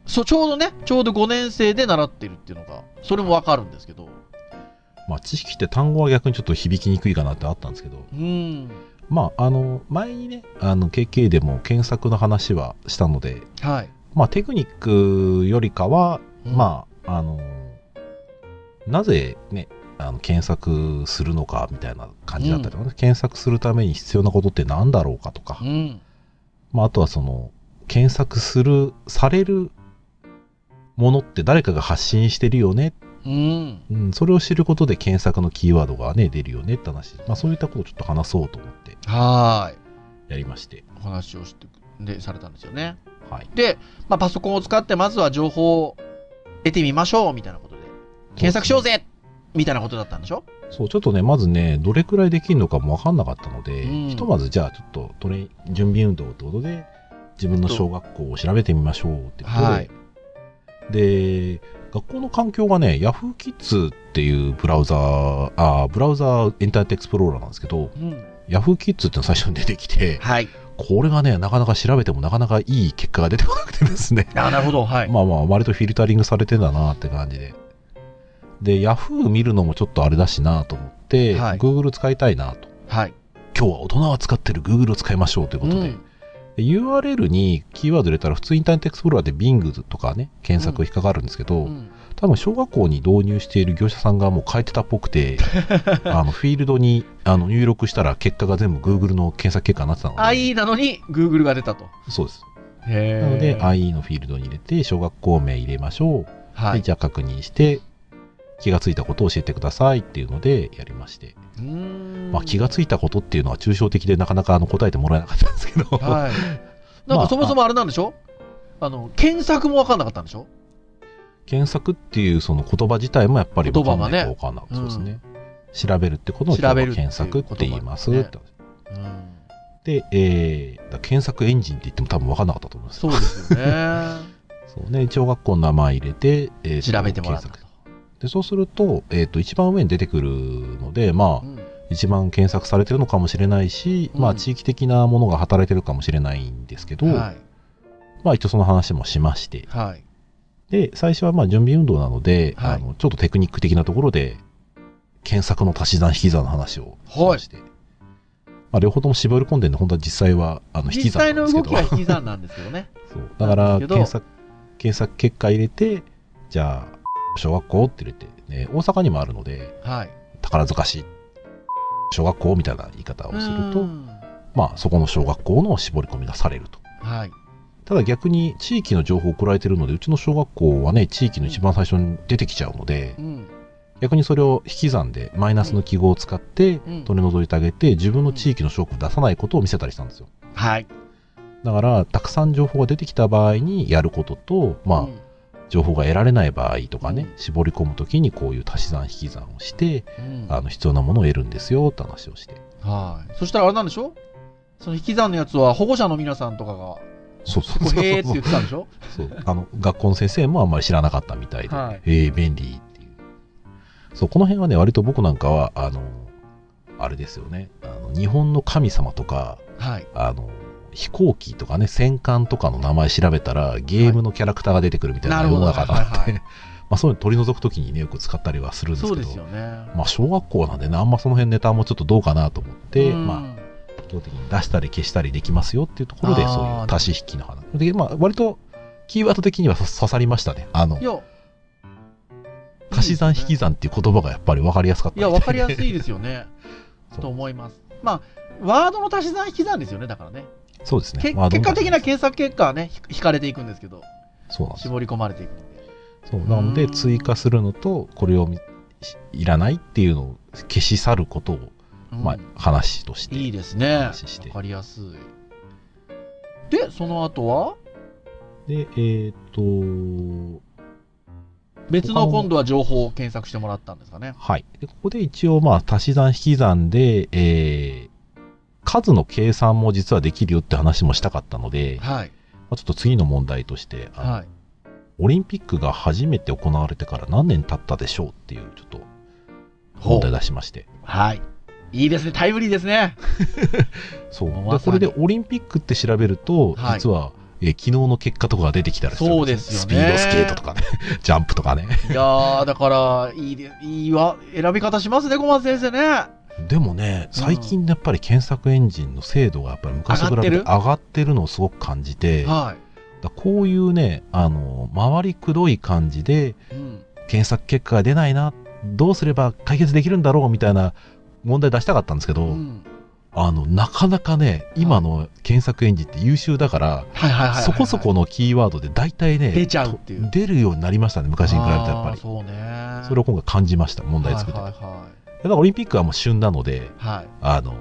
[SPEAKER 3] そう、ちょうどね、ちょうど5年生で習ってるっていうのが、それもわかるんですけど。
[SPEAKER 4] まあ知識って単語は逆にちょっと響きにくいかなってあったんですけど
[SPEAKER 3] うん。
[SPEAKER 4] まああの前にねあの KK でも検索の話はしたので
[SPEAKER 3] はい。
[SPEAKER 4] まあ、テクニックよりかは、
[SPEAKER 3] あ。
[SPEAKER 4] まあ、あの、なぜね、あの検索するのかみたいな感じだったりとかね、検索するために必要なことって何だろうかとか、
[SPEAKER 3] うん。
[SPEAKER 4] まあ、あとはその、検索する、されるものって誰かが発信してるよね、
[SPEAKER 3] うん。
[SPEAKER 4] うん、それを知ることで検索のキーワードがね、出るよねって話、まあ、そういったことをちょっと話そうと思って
[SPEAKER 3] はーい。
[SPEAKER 4] やりまして、
[SPEAKER 3] お話をしてく、で、されたんですよね。
[SPEAKER 4] はい。
[SPEAKER 3] で、まあ、パソコンを使って、まずは情報を得てみましょう、みたいなことで。検索しようぜみたいなことだったんでしょ
[SPEAKER 4] そう、ちょっとね、まずね、どれくらいできるのかも分かんなかったので、
[SPEAKER 3] うん
[SPEAKER 4] ひとまずじゃあ、ちょっとトレ準備運動ってことで、自分の小学校を調べてみましょうってことで、
[SPEAKER 3] はい
[SPEAKER 4] で、学校の環境がね、Yahoo Kids っていうブラウザー、あーブラウザーエンターネットエクスプローラーなんですけど、
[SPEAKER 3] うん。
[SPEAKER 4] Yahoo Kids っての最初に出てきて、
[SPEAKER 3] はい。
[SPEAKER 4] これがね、なかなか調べてもなかなかいい結果が出てこなくてですね。
[SPEAKER 3] あ、なるほど。はい。
[SPEAKER 4] まあまあ、割とフィルタリングされてんだなって感じで。で、Yahoo 見るのもちょっとあれだしなと思って、
[SPEAKER 3] はい
[SPEAKER 4] Google 使いたいなと。
[SPEAKER 3] はい。
[SPEAKER 4] 今日は大人は使ってる Google を使いましょうということで、
[SPEAKER 3] うん
[SPEAKER 4] で URL にキーワード入れたら普通インターネットエクスプローラーで Bing とかね、検索引っかかるんですけど、
[SPEAKER 3] うん
[SPEAKER 4] 多分小学校に導入している業者さんがもう変えてたっぽく
[SPEAKER 3] (laughs)
[SPEAKER 4] て、あのフィールドにあの入力したら結果が全部 Google の検索結果になってたので、
[SPEAKER 3] IE なのに、Google が出たと。
[SPEAKER 4] そうです。
[SPEAKER 3] へ
[SPEAKER 4] なので、
[SPEAKER 3] はい。
[SPEAKER 4] IE のフィールドに入れて、小学校名入れましょう。でじゃあ確認して、気がついたことを教えてくださいっていうのでやりまして、
[SPEAKER 3] うーん
[SPEAKER 4] まあ、気がついたことっていうのは抽象的でなかなかあの答えてもらえなかったんですけど、
[SPEAKER 3] はい。な
[SPEAKER 4] ま
[SPEAKER 3] んか
[SPEAKER 4] あ
[SPEAKER 3] そもそもあれなんでしょ、あ、の、検索もわかんなかったんでしょ
[SPEAKER 4] (laughs) 検索っていうその言葉自体もやっぱり分かんない
[SPEAKER 3] 言葉が
[SPEAKER 4] と
[SPEAKER 3] ね
[SPEAKER 4] 分かんなかったそうですね、調べるってことを
[SPEAKER 3] 調べる
[SPEAKER 4] 検索って言います
[SPEAKER 3] っていう
[SPEAKER 4] っ
[SPEAKER 3] こ
[SPEAKER 4] て
[SPEAKER 3] うん。
[SPEAKER 4] で、えーだから検索エンジンって言っても多分分かんなかったと思うんですよ
[SPEAKER 3] そうです
[SPEAKER 4] (laughs)
[SPEAKER 3] よね。
[SPEAKER 4] そうね小学校の名前入れて、えー
[SPEAKER 3] 調べてもらったと
[SPEAKER 4] 検。索でそうすると,、えー、と一番上に出てくるのでまあ
[SPEAKER 3] うん
[SPEAKER 4] 一番検索されてるのかもしれないし、ま
[SPEAKER 3] う
[SPEAKER 4] あ
[SPEAKER 3] ん
[SPEAKER 4] 地域的なものが働いてるかもしれないんですけど、
[SPEAKER 3] はい。
[SPEAKER 4] まあ一応その話もしまして
[SPEAKER 3] はい。
[SPEAKER 4] で最初はまあ準備運動なので、
[SPEAKER 3] はい
[SPEAKER 4] あのちょっとテクニック的なところで検索の足し算引き算の話をしまして、まあ、両方とも絞り込んでるんで、本当は実際はあの引き算
[SPEAKER 3] 実
[SPEAKER 4] な
[SPEAKER 3] 際
[SPEAKER 4] んで
[SPEAKER 3] の
[SPEAKER 4] すけ
[SPEAKER 3] 動
[SPEAKER 4] ど
[SPEAKER 3] きは引き算なんですけどね。
[SPEAKER 4] そうだから
[SPEAKER 3] なんですけど
[SPEAKER 4] 検索検索結果入れてじゃあ小学校って入れて、ね、大阪にもあるので
[SPEAKER 3] はい。
[SPEAKER 4] 宝塚市小学校みたいな言い方をする
[SPEAKER 3] う
[SPEAKER 4] と
[SPEAKER 3] ん
[SPEAKER 4] まあそこの小学校の絞り込みがされると
[SPEAKER 3] はい。
[SPEAKER 4] ただ逆に地域の情報を送られてるのでうちの小学校はね地域の一番最初に出てきちゃうので
[SPEAKER 3] うん。
[SPEAKER 4] 逆にそれを引き算でマイナスの記号を使って
[SPEAKER 3] うん
[SPEAKER 4] 取り除いてあげて自分の地域の証拠を出さないことを見せたりしたんですよ
[SPEAKER 3] はい。
[SPEAKER 4] だからたくさん情報が出てきた場合にやることとまあ、
[SPEAKER 3] うん
[SPEAKER 4] 情報が得られない場合とかね、
[SPEAKER 3] うん
[SPEAKER 4] 絞り込むときにこういう足し算引き算をして、
[SPEAKER 3] うん
[SPEAKER 4] あの必要なものを得るんですよって話をして
[SPEAKER 3] はい。そしたらあれなんでしょその引き算のやつは保護者の皆さんとかが、
[SPEAKER 4] そう (laughs) そう
[SPEAKER 3] こ
[SPEAKER 4] そう
[SPEAKER 3] うへーって言ってたんでしょ
[SPEAKER 4] そうあの学校の先生もあんまり知らなかったみたいで、
[SPEAKER 3] は
[SPEAKER 4] えー便利っていうそうこの辺はね割と僕なんかはあのあれですよねあの日本の神様とか
[SPEAKER 3] はい。
[SPEAKER 4] あの飛行機とかね戦艦とかの名前調べたらゲームのキャラクターが出てくるみたいな
[SPEAKER 3] はい
[SPEAKER 4] 世の中があって、
[SPEAKER 3] なるほどはいはい
[SPEAKER 4] (laughs) まあそういうの取り除くときにねよく使ったりはするんです
[SPEAKER 3] そう
[SPEAKER 4] け
[SPEAKER 3] で
[SPEAKER 4] ど
[SPEAKER 3] すよね。
[SPEAKER 4] まあ、小学校なんでね、あんまその辺ネタもちょっとどうかなと思って、
[SPEAKER 3] うん
[SPEAKER 4] まあ、基本的に出したり消したりできますよっていうところで、
[SPEAKER 3] あー
[SPEAKER 4] そういう足し引きの話。で、まあ、割と、キーワード的には刺刺さりましたね。あの
[SPEAKER 3] い、や、
[SPEAKER 4] 足し算引き
[SPEAKER 3] 算。
[SPEAKER 4] 算っていう言葉がやっぱり分かりやすかった
[SPEAKER 3] い
[SPEAKER 4] みた
[SPEAKER 3] や、
[SPEAKER 4] で。
[SPEAKER 3] わかりやすいですよね
[SPEAKER 4] そう
[SPEAKER 3] と思います。まあ、ワードの足し算引き算ですよね、だからね。
[SPEAKER 4] (laughs) そうですね
[SPEAKER 3] け。
[SPEAKER 4] まあ
[SPEAKER 3] 結果的
[SPEAKER 4] どんど
[SPEAKER 3] な
[SPEAKER 4] ん
[SPEAKER 3] 検索結果はね、ひ引かれていくんですけど、
[SPEAKER 4] そうなんですよ。
[SPEAKER 3] 絞り込まれていくので。
[SPEAKER 4] そう。なの
[SPEAKER 3] う
[SPEAKER 4] で、
[SPEAKER 3] ーん
[SPEAKER 4] 追加するのと、これをみしいらないっていうのを消し去ることを、
[SPEAKER 3] うん
[SPEAKER 4] まあ、話として。
[SPEAKER 3] いいですね。わ
[SPEAKER 4] 話して
[SPEAKER 3] かりやすい。で、その後は、
[SPEAKER 4] で、えっ、と、
[SPEAKER 3] 別の今度は情報を検索してもらったんですかね。
[SPEAKER 4] はい。でここで一応、まあ、足し算引き算で、えー数の計算も実はできるよって話もしたかったので、ま
[SPEAKER 3] はい。
[SPEAKER 4] あ、ちょっと次の問題として、あの
[SPEAKER 3] はい。
[SPEAKER 4] オリンピックが初めて行われてから何年経ったでしょうっていう、ちょっと
[SPEAKER 3] ほ
[SPEAKER 4] 問
[SPEAKER 3] う
[SPEAKER 4] 題。出しまして。
[SPEAKER 3] はい。いいですね。タイムリーです
[SPEAKER 4] (laughs)
[SPEAKER 3] ね。
[SPEAKER 4] そう。
[SPEAKER 3] もう
[SPEAKER 4] で
[SPEAKER 3] まさ
[SPEAKER 4] こ
[SPEAKER 3] に
[SPEAKER 4] れでオリンピックって調べると、
[SPEAKER 3] はい
[SPEAKER 4] 実は、えー昨日の結果とかが出てきたりするん
[SPEAKER 3] そうです
[SPEAKER 4] ス
[SPEAKER 3] よ
[SPEAKER 4] ピー
[SPEAKER 3] ね
[SPEAKER 4] ドスケートとかね、 (laughs) ジャンプとかね。
[SPEAKER 3] いやー、だから、いいで、いいわ、選び方しますね、小松先生ね。
[SPEAKER 4] でもね、最近やっぱり検索エンジンの精度がやっぱり昔と比べて
[SPEAKER 3] 上がってる
[SPEAKER 4] 上がってるのをすごく感じて、
[SPEAKER 3] は
[SPEAKER 4] だこういうね、あの、回りくどい感じで、
[SPEAKER 3] い。うん。
[SPEAKER 4] 検索結果が出ないな、どうすれば解決できるんだろうみたいな問題出したかったんですけど、
[SPEAKER 3] うん
[SPEAKER 4] あの、なかなかね、今の検索エンジンって優秀だから、
[SPEAKER 3] はいはいはいはいはい。
[SPEAKER 4] そこそこのキーワードで大体ね、
[SPEAKER 3] 出ちゃうっていう
[SPEAKER 4] と出るようになりましたね、昔に比べてやっぱ
[SPEAKER 3] あー
[SPEAKER 4] り。
[SPEAKER 3] そうね。
[SPEAKER 4] それを今回感じました、問題
[SPEAKER 3] はい
[SPEAKER 4] 作ってて。
[SPEAKER 3] はいは
[SPEAKER 4] だからオリンピックはもう旬なので、
[SPEAKER 3] い。はい。
[SPEAKER 4] あの、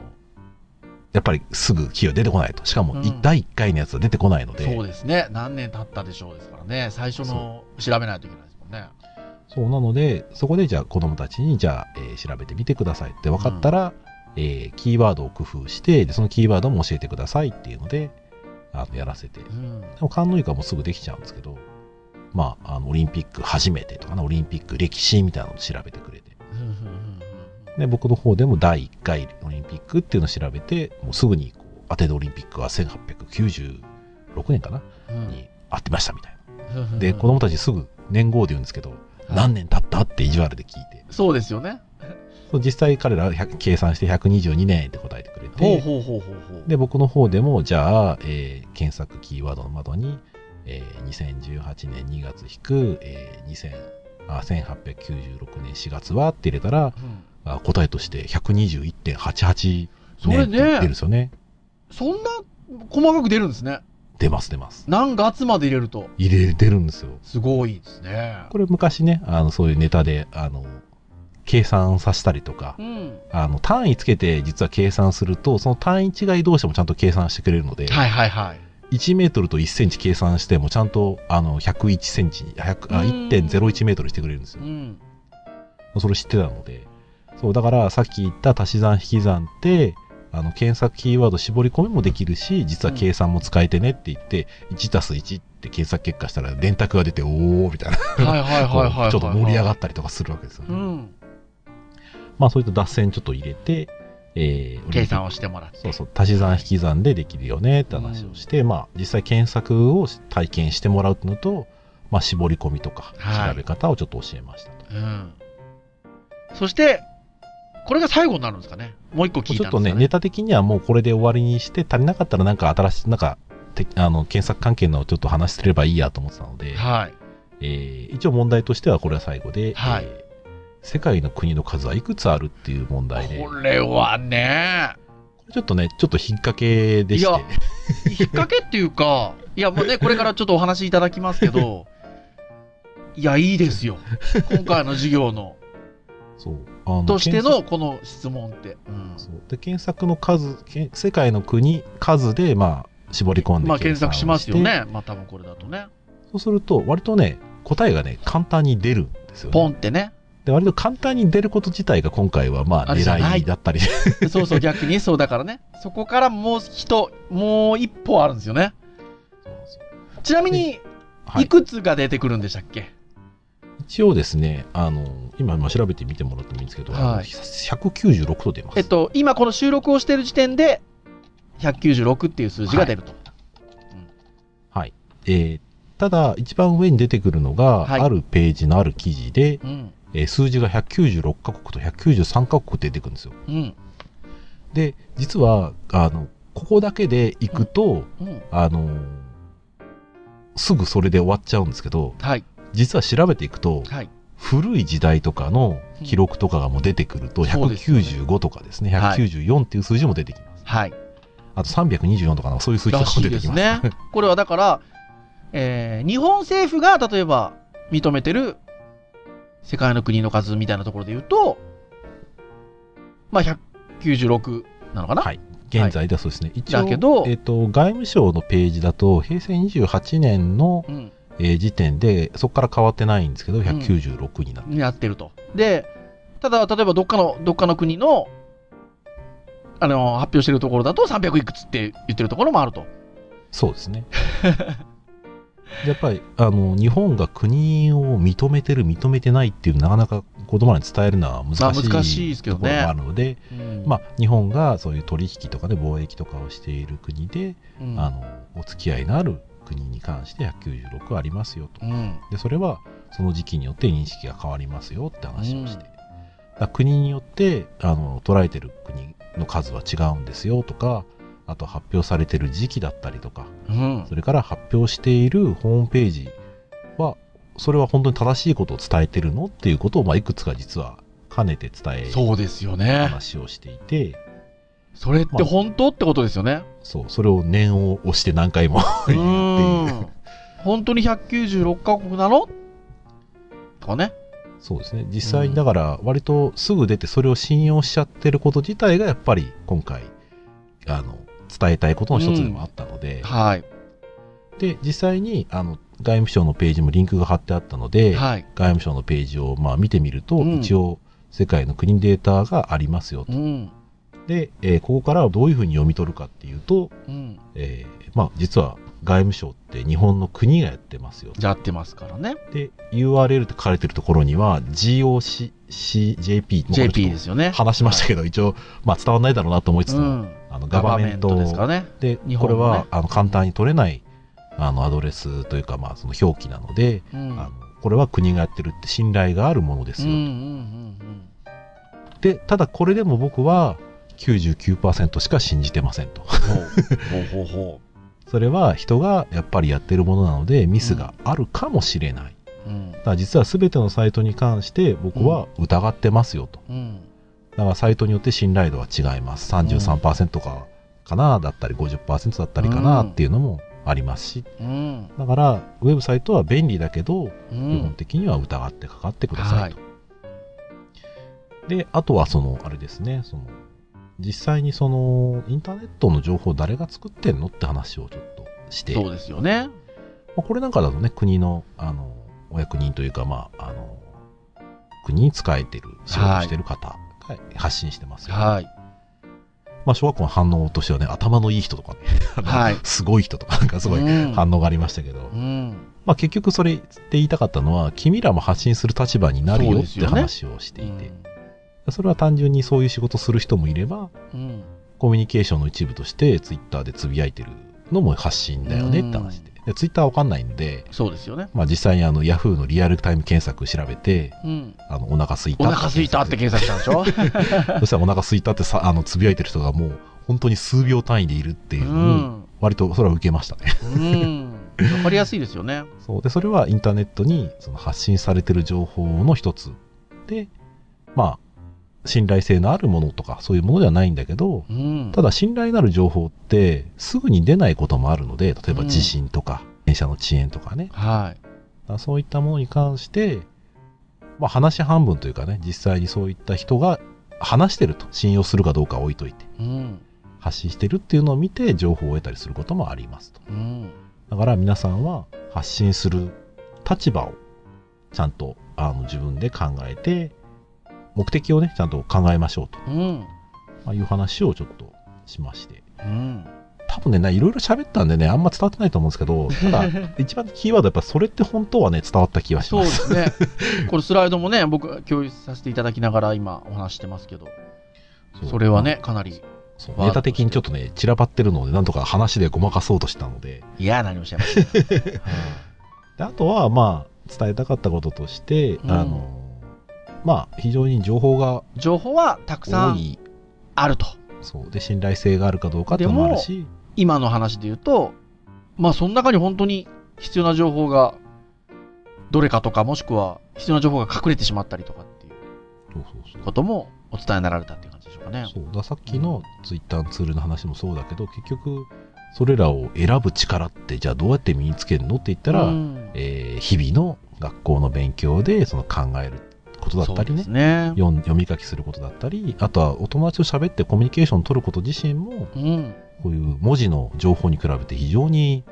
[SPEAKER 4] やっぱりすぐキーワード出てこないと。しかも、い
[SPEAKER 3] うん
[SPEAKER 4] 第1回のやつは出てこないので、
[SPEAKER 3] そうですね。何年経ったでしょうですからね。最初の調べないといけないですもんね。
[SPEAKER 4] そうなので、そこでじゃあ子供たちに、じゃあ、えー調べてみてくださいって分かったら、えーキーワードを工夫してで、そのキーワードも教えてくださいっていうので、あのやらせて。で
[SPEAKER 3] うん。
[SPEAKER 4] も、観音以下もすぐできちゃうんですけど、まあ、あの、オリンピック初めてとかね、オリンピック歴史みたいなのを調べてくれて。
[SPEAKER 3] ふんふんふんふん
[SPEAKER 4] で、僕の方でも第1回オリンピックっていうのを調べて、もうすぐにこう、アテネオリンピックは1896年かな
[SPEAKER 3] ふん
[SPEAKER 4] にあってましたみたい
[SPEAKER 3] ふんふ
[SPEAKER 4] な。
[SPEAKER 3] ん
[SPEAKER 4] で、子供たちすぐ年号で言うんですけど、何年経ったって意地悪で聞いて。
[SPEAKER 3] そうですよね。
[SPEAKER 4] そう実際彼らは100計算して122年って答えてくれて、
[SPEAKER 3] ほうほうほうほうほう。
[SPEAKER 4] で僕の方でもじゃあ、えー検索キーワードの窓に、えー2018年2月引く、えー2000あ1896年4月はって入れたら
[SPEAKER 3] うん
[SPEAKER 4] あ答えとして121.88
[SPEAKER 3] そ
[SPEAKER 4] 年
[SPEAKER 3] れ
[SPEAKER 4] って出るん
[SPEAKER 3] ね
[SPEAKER 4] で、すよね
[SPEAKER 3] そんな細かく出るんですね。
[SPEAKER 4] 出ます出ます
[SPEAKER 3] 何月まで入れると。
[SPEAKER 4] 入れてるんですよ
[SPEAKER 3] すごいですね。
[SPEAKER 4] これ昔ねあのそういうネタであの計算させたりとか
[SPEAKER 3] うん。
[SPEAKER 4] あの単位つけて実は計算するとその単位違い同士もちゃんと計算してくれるので、
[SPEAKER 3] はいはいはい。
[SPEAKER 4] 1メートルと1センチ計算してもちゃんとあの101センチに100あ
[SPEAKER 3] うん
[SPEAKER 4] 1.01メートルにしてくれるんです
[SPEAKER 3] う
[SPEAKER 4] よ。
[SPEAKER 3] ん。
[SPEAKER 4] (laughs) それ知ってたので。そう、だからさっき言った足し算引き算って、あの検索キーワード絞り込みもできるし、実は計算も使えてねって言って、1たす1って検索結果したら電卓が出て、おーみたいな、
[SPEAKER 3] はいはいはいはいはい、はい。
[SPEAKER 4] ちょっと盛り上が
[SPEAKER 3] っ
[SPEAKER 4] ったりとかするわけですよ
[SPEAKER 3] う
[SPEAKER 4] ね。
[SPEAKER 3] ん。
[SPEAKER 4] まあそういった脱線ちょっと入れて、えー
[SPEAKER 3] 計算をしてもらって。
[SPEAKER 4] そうそう、足し算引き算でできるよねって話をして、まあ、実際検索を体験してもらうっていうのと、まあ、絞り込みとか
[SPEAKER 3] はい
[SPEAKER 4] 調べ方をちょっと教えましたと。
[SPEAKER 3] うん。そして、これが最後になるんですかねもう一個聞い
[SPEAKER 4] ちょっ
[SPEAKER 3] たんで
[SPEAKER 4] と
[SPEAKER 3] す
[SPEAKER 4] ね、
[SPEAKER 3] か
[SPEAKER 4] ネ
[SPEAKER 3] ね
[SPEAKER 4] タ的にはもうこれで終わりにして、足りなかったらなんか新しい、なんか、てあの検索関係のをちょっと話すればいいやと思ってたので、
[SPEAKER 3] はい
[SPEAKER 4] えー一応問題としてはこれは最後で、
[SPEAKER 3] はい
[SPEAKER 4] えー世界の国の数はいくつあるっていう問題で、
[SPEAKER 3] これはね
[SPEAKER 4] ちょっとね、ちょっと引っ掛けでし
[SPEAKER 3] いや
[SPEAKER 4] て、
[SPEAKER 3] 引っ掛けっていうか、いや、もうね、これからちょっとお話いただきますけ
[SPEAKER 4] (laughs)
[SPEAKER 3] ど、いや、いいですよ。今回の授業
[SPEAKER 4] (laughs)
[SPEAKER 3] の、
[SPEAKER 4] そう。あの
[SPEAKER 3] として
[SPEAKER 4] 検
[SPEAKER 3] のこの質問って。うん
[SPEAKER 4] 索そうで検索の数、けん世界の国、数で、まあ、絞り込んで
[SPEAKER 3] まあ、検索しますよ
[SPEAKER 4] 検索
[SPEAKER 3] ね。まあ、多分これだとね。
[SPEAKER 4] して。そうすると、割とね、答えがね、簡単に出るんですよ、ね。
[SPEAKER 3] ポンってね。
[SPEAKER 4] で割と簡単に出ること自体が今回はまあ
[SPEAKER 3] あれじゃな
[SPEAKER 4] 狙
[SPEAKER 3] い
[SPEAKER 4] いだったり、
[SPEAKER 3] そうそう、逆に、そうだからね。そこからもう人、もう一歩あるんですよね。ちなみに、
[SPEAKER 4] はい
[SPEAKER 3] いくつが出てくるんでしたっけ
[SPEAKER 4] 一応ですねあの今まあ調べてみてもらってもいいんですけど、
[SPEAKER 3] はい
[SPEAKER 4] あの196と出ます、
[SPEAKER 3] えっと、今この収録をしている時点で、196っていう数字が出ると。
[SPEAKER 4] えーただ一番上に出てくるのが、
[SPEAKER 3] はい
[SPEAKER 4] あるページのある記事で、
[SPEAKER 3] うん。
[SPEAKER 4] えー数字が196カ国と193カ国出てくるんですよ
[SPEAKER 3] うん。
[SPEAKER 4] で実はあのここだけで行くと、
[SPEAKER 3] うん。
[SPEAKER 4] あのすぐそれで終わっちゃうんですけど
[SPEAKER 3] はい。
[SPEAKER 4] 実は調べていくと、
[SPEAKER 3] はい。
[SPEAKER 4] 古い時代とかの記録とかがもう出てくると、
[SPEAKER 3] うんそうですよね
[SPEAKER 4] 195とかですね
[SPEAKER 3] はい
[SPEAKER 4] 194っていう数字も出てきます、
[SPEAKER 3] はい。
[SPEAKER 4] あと324とかなんかそういう数字と
[SPEAKER 3] ら
[SPEAKER 4] かも
[SPEAKER 3] しい
[SPEAKER 4] 出
[SPEAKER 3] で
[SPEAKER 4] てき
[SPEAKER 3] す
[SPEAKER 4] ます
[SPEAKER 3] ね。これはだから、えー日本政府が例えば認めてる世界の国の数みたいなところで言うと、まあ、196なのかな、
[SPEAKER 4] はい現在ではそうですね、一応
[SPEAKER 3] だけど
[SPEAKER 4] えっと外務省のページだと平成28年の、
[SPEAKER 3] うん、
[SPEAKER 4] えー時点でそこから変わってないんですけど196になる、
[SPEAKER 3] になってると。で、ただ、例えばどっかの、どっかの国の、あの、発表してるところだと300いくつって言ってるところもあると。
[SPEAKER 4] そうですねやっぱりあの日本が国を認めてる認めてないっていうなかなか言葉に伝えるのは難しい,、
[SPEAKER 3] まあ難しいですけど
[SPEAKER 4] と
[SPEAKER 3] ね
[SPEAKER 4] ころがあるので、まあ、日本がそういう取引とかで貿易とかをしている国で、
[SPEAKER 3] うん、
[SPEAKER 4] あのお付き合いのある国に関して196ありますよと
[SPEAKER 3] うん、
[SPEAKER 4] でそれはその時期によって認識が変わりますよって話をして、だから国によってあの捉えてる国の数は違うんですよとかあと発表されてる時期だったりとか
[SPEAKER 3] うん
[SPEAKER 4] それから発表しているホームページはそれは本当に正しいことを伝えてるのっていうことを、まあ、いくつか実は兼ねて伝える
[SPEAKER 3] そうですよね。
[SPEAKER 4] 話をしていて。
[SPEAKER 3] それって本当ってことですよね。
[SPEAKER 4] そう、それを念を押して何回も (laughs)
[SPEAKER 3] う
[SPEAKER 4] 言うっていう。
[SPEAKER 3] ーん本当に196カ国なのとかね。
[SPEAKER 4] そうですね。実際にだから、割とすぐ出てそれを信用しちゃってること自体が、やっぱり今回、あの、伝えたいことの一つでもあったので、
[SPEAKER 3] はい。
[SPEAKER 4] で、実際に、あの、外務省のページもリンクが貼ってあったので、
[SPEAKER 3] はい。
[SPEAKER 4] 外務省のページをまあ見てみると、
[SPEAKER 3] うん
[SPEAKER 4] 一応、世界の国データがありますよと
[SPEAKER 3] う。ん。
[SPEAKER 4] で、えーここからはどういうふうに読み取るかっていうと、
[SPEAKER 3] うん。
[SPEAKER 4] えーまあ、実は外務省って日本の国がやってますよと
[SPEAKER 3] やってますからね。
[SPEAKER 4] で、URL って書かれてるところには、GOCJP、もうこれちょっと
[SPEAKER 3] JP ですよね。
[SPEAKER 4] 話しましたけど、一応、まあ、伝わらないだろうなと思いつつ
[SPEAKER 3] う
[SPEAKER 4] も、
[SPEAKER 3] ん。
[SPEAKER 4] あのガ
[SPEAKER 3] ガ
[SPEAKER 4] バ
[SPEAKER 3] バ
[SPEAKER 4] メ
[SPEAKER 3] メ
[SPEAKER 4] ン
[SPEAKER 3] ン
[SPEAKER 4] ト
[SPEAKER 3] トですからね。
[SPEAKER 4] で、
[SPEAKER 3] 日
[SPEAKER 4] こ
[SPEAKER 3] 本
[SPEAKER 4] れ
[SPEAKER 3] のね
[SPEAKER 4] は、あの簡単に取れないあのアドレスというか、まあ、その表記なので、
[SPEAKER 3] うん。うん
[SPEAKER 4] あのこれは国がやってるって信頼があるもので
[SPEAKER 3] う
[SPEAKER 4] す
[SPEAKER 3] んう
[SPEAKER 4] よ。
[SPEAKER 3] ん
[SPEAKER 4] で、ただこれでも僕は99%しか信じてませんと。
[SPEAKER 3] うん。ほうほうほ
[SPEAKER 4] それは人がやっぱりやってるものなので、ミスがあるかもしれない。
[SPEAKER 3] う。うん。
[SPEAKER 4] だから実は全てのサイトに関して僕は疑ってますよと。
[SPEAKER 3] うん。
[SPEAKER 4] だからサイトによって信頼度は違います。33%かかなだったり50%だったりかな
[SPEAKER 3] うん
[SPEAKER 4] っていうのもありますし、
[SPEAKER 3] うん。
[SPEAKER 4] だからウェブサイトは便利だけど、
[SPEAKER 3] う
[SPEAKER 4] 基本
[SPEAKER 3] ん。
[SPEAKER 4] 的には疑ってかかってくださいと。で、あとはその、あれですね、その、実際にその、インターネットの情報を誰が作ってんのって話をちょっとして、
[SPEAKER 3] そうですよね。
[SPEAKER 4] まあこれなんかだとね、国の、あの、お役人というか、まあ、あの、国に仕えてる、仕事してる方が発信してますよね、
[SPEAKER 3] はい。
[SPEAKER 4] まあ、小学校の反応としてはね、頭のいい人とかね、あの
[SPEAKER 3] (laughs) はい
[SPEAKER 4] (laughs) すごい人とか、なんかすごい
[SPEAKER 3] うん
[SPEAKER 4] 反応がありましたけど、
[SPEAKER 3] うん。
[SPEAKER 4] まあ、結局それって言いたかったのは、君らも発信する立場になる
[SPEAKER 3] そう
[SPEAKER 4] よ
[SPEAKER 3] で
[SPEAKER 4] っ
[SPEAKER 3] す
[SPEAKER 4] て
[SPEAKER 3] よね
[SPEAKER 4] 話をして
[SPEAKER 3] う
[SPEAKER 4] いて、
[SPEAKER 3] ん。
[SPEAKER 4] それは単純にそういう仕事する人もいれば、
[SPEAKER 3] うん。
[SPEAKER 4] コミュニケーションの一部として、ツイッターでつぶやいてるのも発信だよねって話ででツイッターわかんないんで、
[SPEAKER 3] そうですよね。
[SPEAKER 4] まあ、実際にあのヤフーのリアルタイム検索調べて
[SPEAKER 3] うん。
[SPEAKER 4] あのお腹すいた
[SPEAKER 3] お腹すいたって検索したんでしょ (laughs)
[SPEAKER 4] そしたらお腹すいたってさあのつぶやいてる人がもう本当に数秒単位でいるっていううのを
[SPEAKER 3] ん。
[SPEAKER 4] 割とそれは受けましたね
[SPEAKER 3] うん。わかりやすいですよね。
[SPEAKER 4] そうでそれはインターネットにその発信されてる情報の一つでまあ信頼性のあるものとかそういうものではないんだけど
[SPEAKER 3] うん。
[SPEAKER 4] ただ信頼なる情報ってすぐに出ないこともあるので例えば
[SPEAKER 3] うん
[SPEAKER 4] 地震とか電車の遅延とかね
[SPEAKER 3] はい。
[SPEAKER 4] だからそういったものに関して、まあ、話半分というかね実際にそういった人が話してると信用するかどうかは置いといて
[SPEAKER 3] うん。
[SPEAKER 4] 発信してるっていうのを見て情報を得たりすることもありますと
[SPEAKER 3] うん。
[SPEAKER 4] だから皆さんは発信する立場をちゃんとあの自分で考えて目的をねちゃんと考えましょうと
[SPEAKER 3] うん。
[SPEAKER 4] まあいう話をちょっとしまして
[SPEAKER 3] うん。
[SPEAKER 4] 多分ねないろいろ喋ったんでねあんま伝わってないと思うんですけどた
[SPEAKER 3] (laughs)
[SPEAKER 4] だ一番キーワードはやっぱそれって本当はね伝わった気がし
[SPEAKER 3] そう
[SPEAKER 4] ま
[SPEAKER 3] ですす (laughs) ね。このスライドもね、僕、共有させていただきながら今お話してますけど、それはね、かなり
[SPEAKER 4] そう
[SPEAKER 3] わーっと
[SPEAKER 4] ネタ的にちょっとね散らばってるのでなんとか話でごまかそうとしたので
[SPEAKER 3] 嫌なりもしちゃいました。
[SPEAKER 4] であとはまあ伝えたかったこととして、
[SPEAKER 3] うん
[SPEAKER 4] あのまあ非常に情報が
[SPEAKER 3] 情報はたくさ
[SPEAKER 4] 多
[SPEAKER 3] ん
[SPEAKER 4] い
[SPEAKER 3] あると。
[SPEAKER 4] そうで信頼性があるかどうかっていうのもあるし
[SPEAKER 3] 今の話で言うと、まあ、その中に本当に必要な情報がどれかとか、もしくは必要な情報が隠れてしまったりとかっていう
[SPEAKER 4] そうそうそ
[SPEAKER 3] こともお伝えになられたっていう感じでしょうかね
[SPEAKER 4] う。そうだからさっきのツイッターのツールの話もそうだけど結局それらを選ぶ力ってじゃあどうやって身につけるのって言ったら、
[SPEAKER 3] うん
[SPEAKER 4] えー日々の学校の勉強でその考えることだったり
[SPEAKER 3] そうで
[SPEAKER 4] ね
[SPEAKER 3] すね。
[SPEAKER 4] 読ん読み書きすることだったりあとはお友達と喋ってコミュニケーションを取ること自身も
[SPEAKER 3] うん。
[SPEAKER 4] こういう文字の情報に比べて非常に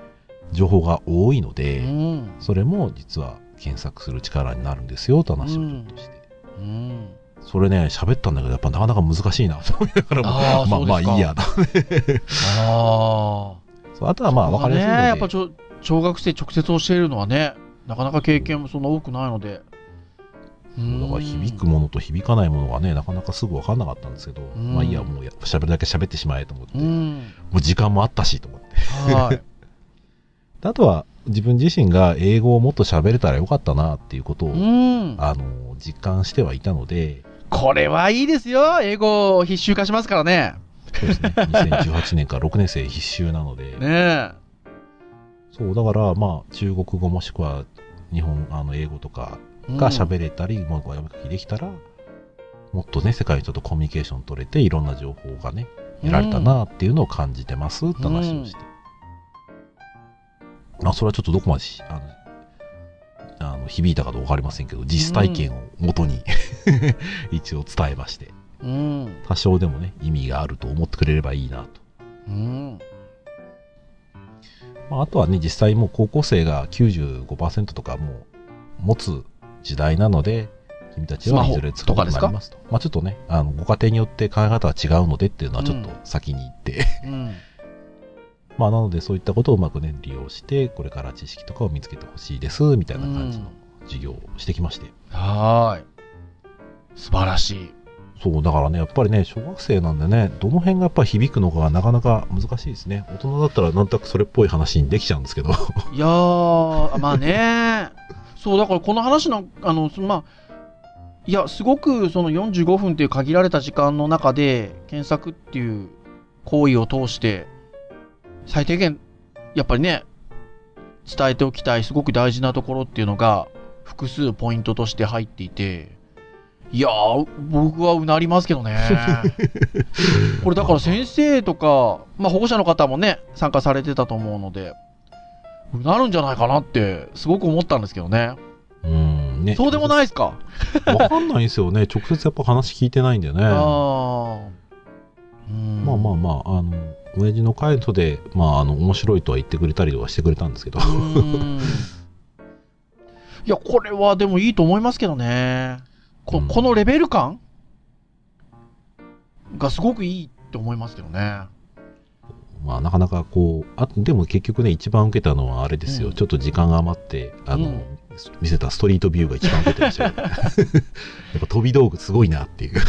[SPEAKER 4] 情報が多いの
[SPEAKER 3] う
[SPEAKER 4] で、
[SPEAKER 3] ん。
[SPEAKER 4] それも実は検索する力になるんですよと話をちょっとして、
[SPEAKER 3] うん。
[SPEAKER 4] それね喋ったんだけどやっぱなかなか難しいなと思いながらも
[SPEAKER 3] あー
[SPEAKER 4] まあ
[SPEAKER 3] そうです
[SPEAKER 4] ま
[SPEAKER 3] か
[SPEAKER 4] あいいやと
[SPEAKER 3] ああ。
[SPEAKER 4] そうあとはまあ分かりやすいので
[SPEAKER 3] ね、やっぱちょ小学生直接教えるのはねなかなか経験もそんな多くないので
[SPEAKER 4] だから響く
[SPEAKER 3] も
[SPEAKER 4] ものと響かないものがねなかなかすぐ分かんなかったんですけど、
[SPEAKER 3] ん
[SPEAKER 4] まあいいやもうや喋るだけ喋ってしまえと思って、
[SPEAKER 3] う
[SPEAKER 4] も
[SPEAKER 3] ん
[SPEAKER 4] う時間もあったしと思って (laughs)
[SPEAKER 3] はい
[SPEAKER 4] であとは自分自身が英語をもっと喋れたらよかったなっていうことを、
[SPEAKER 3] うん
[SPEAKER 4] あの実感してはいたので
[SPEAKER 3] これはいいですよ英語を必修化しますからね
[SPEAKER 4] そう
[SPEAKER 3] (laughs)
[SPEAKER 4] ですね2018年から6年生必修なので、
[SPEAKER 3] ね
[SPEAKER 4] そうだからまあ中国語もしくは日本あの英語とか
[SPEAKER 3] え
[SPEAKER 4] が
[SPEAKER 3] る、
[SPEAKER 4] 喋れたり、もう読み書きできたらもっとね世界の人とコミュニケーション取れていろんな情報がね得られたなっていうのを感じてますって話をして、まあ、それはちょっとどこまでしあのあの響いたかどうか分かりませんけど実体験をもとに、 (laughs) 一応伝えまして
[SPEAKER 3] うん
[SPEAKER 4] 多少でもね意味があると思ってくれればいいなと、
[SPEAKER 3] うん
[SPEAKER 4] まあ、あとはね実際もう高校生が95%とかもう持つ時代なので君たちはいずれ使うことになりますとまあ、ちょっとねあのご家庭によって考え方は違うのでっていうのはちょっと先に言って、
[SPEAKER 3] うん
[SPEAKER 4] まあ、なのでそういったことをうまくね利用してこれから知識とかを見つけてほしいですみたいな感じの授業をしてきまして、
[SPEAKER 3] はーい素晴らしい
[SPEAKER 4] そうだからねやっぱりね小学生なんでねどの辺がやっぱり響くのかがなかなか難しいですね大人だったらなんとなくそれっぽい話にできちゃうんですけど (laughs)
[SPEAKER 3] いやー、まあね、そう、だからこの話の、あの、そまあ、いや、すごくその45分という限られた時間の中で、検索っていう行為を通して、最低限、やっぱりね、伝えておきたい、すごく大事なところっていうのが、複数ポイントとして入っていて、いやー、僕はうなりますけどね。これだから先生とか、まあ、保護者の方もね、参加されてたと思うので、なるんじゃないかなって、すごく思ったんですけどね。
[SPEAKER 4] うんね
[SPEAKER 3] そうでもないですか。
[SPEAKER 4] わかんないんですよね直接やっぱ話聞いてないんでね
[SPEAKER 3] ああ。うん
[SPEAKER 4] まあまあまああの親父の会とでまああの面白いとは言ってくれたりはしてくれたんですけど
[SPEAKER 3] うーん。いや、これはでもいいと思いますけどね。こ
[SPEAKER 4] うん
[SPEAKER 3] このレベル感がすごくいいと思いますけど
[SPEAKER 4] (laughs)
[SPEAKER 3] ね。
[SPEAKER 4] まあ、なかなかこうあでも結局ね一番受けたのはあれですよ、
[SPEAKER 3] うん
[SPEAKER 4] ちょっと時間が余ってあの、
[SPEAKER 3] うん
[SPEAKER 4] 見せたストリートビューが一番出てましたよ
[SPEAKER 3] (laughs)
[SPEAKER 4] ねやっぱ飛び道具すごいなっていう。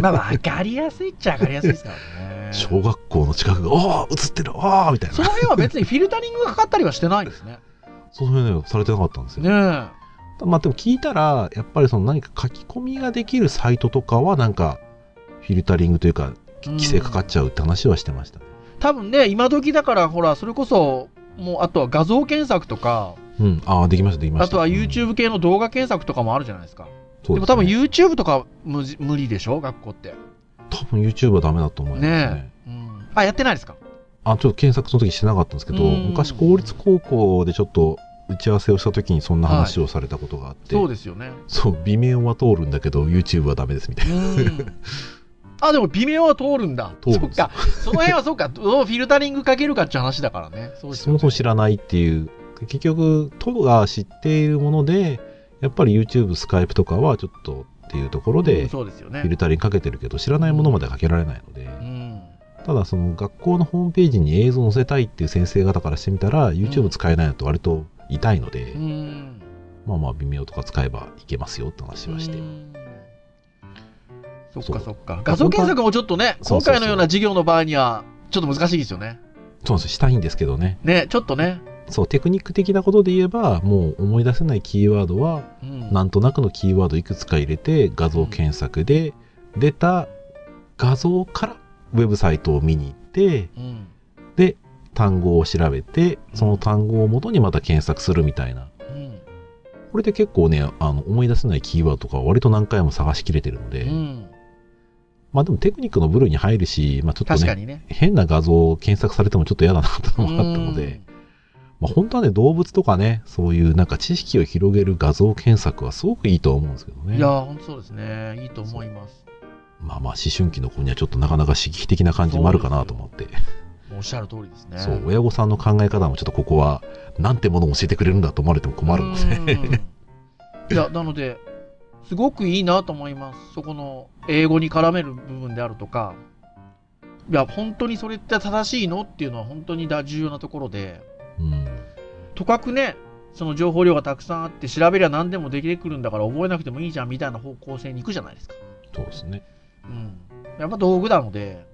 [SPEAKER 3] まあ、わかりやすいっちゃわかりやすいですからね
[SPEAKER 4] (laughs) 小学校の近くが「ああ映ってるああ」みたいな
[SPEAKER 3] その辺は別にフィルタリングがかかったりはしてないですね。
[SPEAKER 4] そういうのされてなかったんですよ、
[SPEAKER 3] ねえ。
[SPEAKER 4] まあでも聞いたらやっぱりその何か書き込みができるサイトとかはなんかフィルタリングというか規制かかっちゃうって話はしてましたね
[SPEAKER 3] 多分ね、今時だから、ほら、それこそ、もう、あとは画像検索とか、
[SPEAKER 4] うん、ああできましたできました
[SPEAKER 3] あとは
[SPEAKER 4] うん
[SPEAKER 3] YouTube 系の動画検索とかもあるじゃないですか。
[SPEAKER 4] そう
[SPEAKER 3] でも
[SPEAKER 4] すね
[SPEAKER 3] 多分 YouTube とか無じ無理でしょ学校って。
[SPEAKER 4] 多分 YouTube はダメだと思いますね
[SPEAKER 3] ねえ。うん。あ、やってないですか
[SPEAKER 4] あちょっと検索その時してなかったんですけど
[SPEAKER 3] うん
[SPEAKER 4] 昔公立高校でちょっと打ち合わせをした時にそんな話をされたことがあって、
[SPEAKER 3] そうですよね。
[SPEAKER 4] そう微妙は通るんだけど YouTube はダメですみたいな
[SPEAKER 3] うん。あ、でも微妙は通るんだ。
[SPEAKER 4] 通るん
[SPEAKER 3] そっ
[SPEAKER 4] ですよ
[SPEAKER 3] か。その辺はそっか。どうフィルタリングかけるかっていう話だからね。そうです
[SPEAKER 4] そ
[SPEAKER 3] よね
[SPEAKER 4] もそも知らないっていう結局都が知っているものでやっぱり YouTube スカイプとかはちょっとっていうところ
[SPEAKER 3] うん
[SPEAKER 4] でフ
[SPEAKER 3] そうですよ
[SPEAKER 4] ィ
[SPEAKER 3] ね
[SPEAKER 4] ル。タリングかけてるけど知らないものまではかけられないので
[SPEAKER 3] うん。
[SPEAKER 4] ただその学校のホームページに映像を載せたいっていう先生方からしてみたら YouTube 使えないのと割と痛いので、
[SPEAKER 3] うん。
[SPEAKER 4] まあまあ微妙とか使えばいけますよって話はして、
[SPEAKER 3] うんそっ
[SPEAKER 4] そう
[SPEAKER 3] かそっか。画像検索もちょっとね、
[SPEAKER 4] そうそ
[SPEAKER 3] 今
[SPEAKER 4] うそう
[SPEAKER 3] 回のような授業の場合には、ちょっと難しいですよね。
[SPEAKER 4] そうなんですよしたいんですけどね
[SPEAKER 3] ね、ちょっとね。
[SPEAKER 4] そうテクニック的なことで言えばもう思い出せないキーワードは
[SPEAKER 3] うん
[SPEAKER 4] なんとなくのキーワードいくつか入れて画像検索で出た画像からウェブサイトを見に行って
[SPEAKER 3] うん。
[SPEAKER 4] 単語を調べてその単語を元にまた検索するみたいな
[SPEAKER 3] うん。
[SPEAKER 4] これで結構ねあの思い出せないキーワードとかは割と何回も探しきれてるので、
[SPEAKER 3] うん。
[SPEAKER 4] まあでもテクニックの部類に入るし、まあ、ちょっと
[SPEAKER 3] 確か
[SPEAKER 4] ね
[SPEAKER 3] にね。
[SPEAKER 4] 変な画像を検索されてもちょっと嫌だなってのもあったので、まあ、本当はね動物とかねそういうなんか知識を広げる画像検索はすごくいいとは思うんですけど
[SPEAKER 3] うん。
[SPEAKER 4] ね
[SPEAKER 3] いやー、ほんとそうですね。いいと思います。
[SPEAKER 4] まあまあ思春期の子にはちょっとなかなか刺激的な感じもあるかなと思って
[SPEAKER 3] もうおっしゃる通りですね。
[SPEAKER 4] そう,、親御さんの考え方もちょっとここはなんてものを教えてくれるんだと思われても困るので、
[SPEAKER 3] うんいや、なので、すごくいいなと思います。そこの英語に絡める部分であるとか、いや、本当にそれって正しいのっていうのは本当に大重要なところで、
[SPEAKER 4] (laughs) うん、
[SPEAKER 3] とかくね、その情報量がたくさんあって、調べりゃ何でもできてくるんだから覚えなくてもいいじゃんみたいな方向性に行くじゃないですか。
[SPEAKER 4] そうですね
[SPEAKER 3] うん。やっぱ道具なので、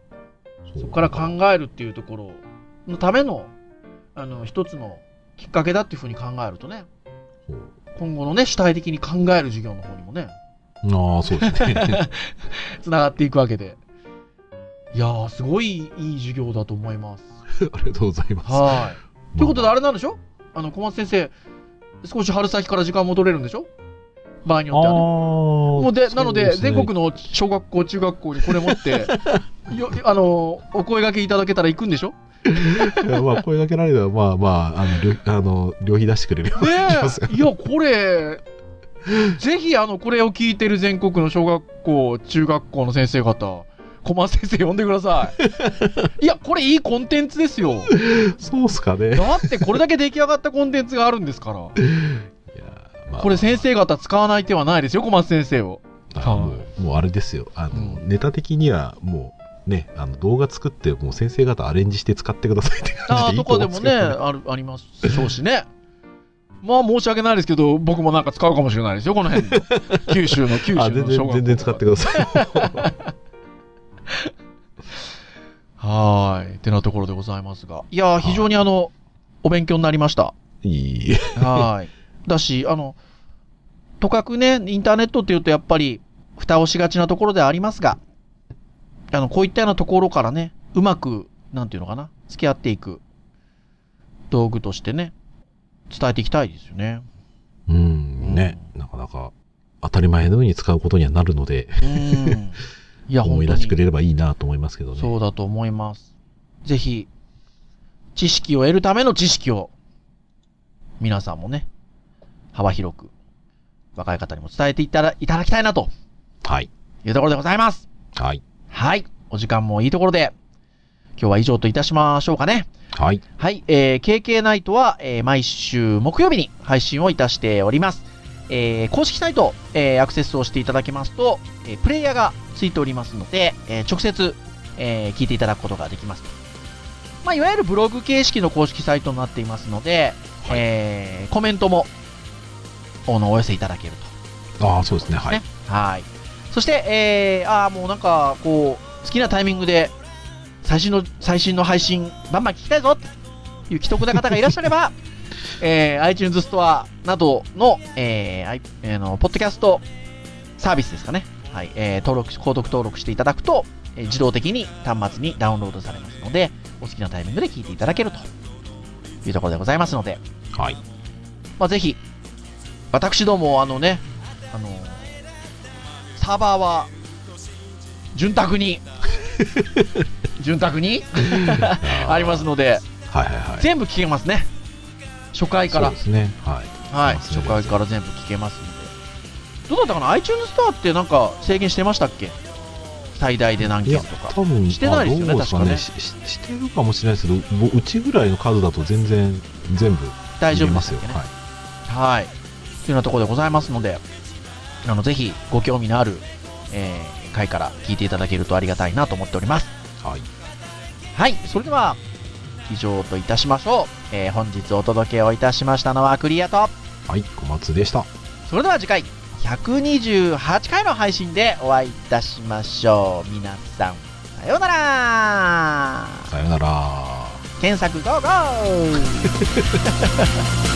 [SPEAKER 4] う
[SPEAKER 3] そこから考えるっていうところのための、あの、一つのきっかけだっていうふうに考えるとね、
[SPEAKER 4] そう
[SPEAKER 3] 今後のね、主体的に考える授業の方にもね、
[SPEAKER 4] ああそうです
[SPEAKER 3] (laughs)
[SPEAKER 4] ね
[SPEAKER 3] つながっていくわけで。いやー、すごいいい授業だと思います。
[SPEAKER 4] ありがとうございます、
[SPEAKER 3] は
[SPEAKER 4] ま
[SPEAKER 3] い。ということで、あれなんでしょあの、小松先生、少し春先から時間戻れるんでしょ場合によってはね。も
[SPEAKER 4] も
[SPEAKER 3] うで、なので、全国の小学校、中学校にこれ持って、 (laughs) よ、あの、お声掛けいただけたら行くんでしょ
[SPEAKER 4] (laughs) まあ声かけられたらまあまああの旅 (laughs) あの旅費出してくれるよう
[SPEAKER 3] ね
[SPEAKER 4] な気がする
[SPEAKER 3] え、いや、これ、ぜひ、あの、これを聞いてる全国の小学校、中学校の先生方、小松先生呼んでくださ (laughs) い。いや、これいいコンテンツですよ。
[SPEAKER 4] そうっすかね
[SPEAKER 3] だって、これだけ出来上がったコンテンツがあるんですから。
[SPEAKER 4] いやーまあ
[SPEAKER 3] これ、先生方使わない手はないですよ、小松先生を。
[SPEAKER 4] あーもうもうあれですよあの、
[SPEAKER 3] う
[SPEAKER 4] ネタ的にはもうねあの動画作ってもう先生方アレンジして使ってくださいって
[SPEAKER 3] あ
[SPEAKER 4] 感
[SPEAKER 3] ー
[SPEAKER 4] じでい
[SPEAKER 3] と
[SPEAKER 4] いと
[SPEAKER 3] か
[SPEAKER 4] 思
[SPEAKER 3] で
[SPEAKER 4] うんです
[SPEAKER 3] もね、
[SPEAKER 4] けど、ね、
[SPEAKER 3] あるありますでしょうしね。まあ申し訳ないですけど、僕もなんか使うかもしれないですよ、この
[SPEAKER 4] (laughs)
[SPEAKER 3] 辺の。九州の、九州の
[SPEAKER 4] あ
[SPEAKER 3] 小
[SPEAKER 4] 全
[SPEAKER 3] 学
[SPEAKER 4] 然
[SPEAKER 3] 校。
[SPEAKER 4] 全然使ってください
[SPEAKER 3] はーい。てなところでございますが。いやー、非常にあの、お勉強になりました。
[SPEAKER 4] いい
[SPEAKER 3] はーい。だし、あの、とかくね、インターネットっていうとやっぱり、蓋をしがちなところではありますが、あの、こういったようなところからね、うまく、なんていうのかな、付き合っていく道具としてね、伝えていきたいですよね。
[SPEAKER 4] うんねなかなか当たり前のように使うことにはなるので
[SPEAKER 3] うん。い
[SPEAKER 4] (laughs)
[SPEAKER 3] や、
[SPEAKER 4] 思
[SPEAKER 3] 本
[SPEAKER 4] い
[SPEAKER 3] 当
[SPEAKER 4] 出し
[SPEAKER 3] に
[SPEAKER 4] てくれればいいなと思いますけどね
[SPEAKER 3] そうだと思います。ぜひ、知識を得るための知識を、皆さんもね、幅広く、若い方にも伝えていただいただきたいなと
[SPEAKER 4] はい
[SPEAKER 3] いうところでございます。
[SPEAKER 4] はい
[SPEAKER 3] はい。お時間もいいところで、今日は以上といたしましょうかね。
[SPEAKER 4] はい
[SPEAKER 3] はい、えー、KK ナイトは、えー毎週木曜日に配信をいたしております。えー公式サイト、えーアクセスをしていただきますと、えープレイヤーがついておりますので、えー直接、えー聞いていただくことができます。まあ、いわゆるブログ形式の公式サイトになっていますので、
[SPEAKER 4] はい
[SPEAKER 3] えーコメントもおのお寄せいただけると。
[SPEAKER 4] ああ、そうですね。はい。
[SPEAKER 3] ねはい。そして、えー、ああ、もうなんか、こう、好きなタイミングで、最新の、最新の配信、バンバン聞きたいぞっていう既得な方がいらっしゃれば、 (laughs) えー、iTunes ストアなどの、えー、アイえーの、ポッドキャストサービスですかね。はい。えー、登録し、購読登録していただくと、えー自動的に端末にダウンロードされますので、お好きなタイミングで聞いていただけるというところでございますので、
[SPEAKER 4] はい。
[SPEAKER 3] まあ、ぜひ、私ども、あのね、あの、サーバーは、潤沢に、 (laughs) 潤沢に
[SPEAKER 4] ー
[SPEAKER 3] (laughs) ありますので、
[SPEAKER 4] はいはいはい。
[SPEAKER 3] 全部聞けますね。初回から
[SPEAKER 4] そう。ですね。はい。
[SPEAKER 3] はい。
[SPEAKER 4] そうですね
[SPEAKER 3] 初回から全部聞けますので。どうだったかな ?iTunes ストアってなんか制限してましたっけ最大で何
[SPEAKER 4] い
[SPEAKER 3] 件
[SPEAKER 4] や
[SPEAKER 3] とか。
[SPEAKER 4] 多分
[SPEAKER 3] してないですよね
[SPEAKER 4] あどうか
[SPEAKER 3] 確
[SPEAKER 4] しししてるかもしれないですけどもううちぐらいの数だと全然全部
[SPEAKER 3] 大丈
[SPEAKER 4] 見
[SPEAKER 3] 夫
[SPEAKER 4] れますす
[SPEAKER 3] でよ
[SPEAKER 4] よ
[SPEAKER 3] ね。
[SPEAKER 4] はい
[SPEAKER 3] はい。というようなところでございますので、あの、ぜひご興味のある、えー回から聞いていただけるとありがたいなと思っております。
[SPEAKER 4] はい
[SPEAKER 3] はい。それでは、以上といたしましょう。えー本日お届けをいたしましたのはクリアと、
[SPEAKER 4] はい小松でした
[SPEAKER 3] それでは次回、128回の配信でお会いいたしましょう。皆さん、さようなら
[SPEAKER 4] さよなら
[SPEAKER 3] 検索ゴーゴー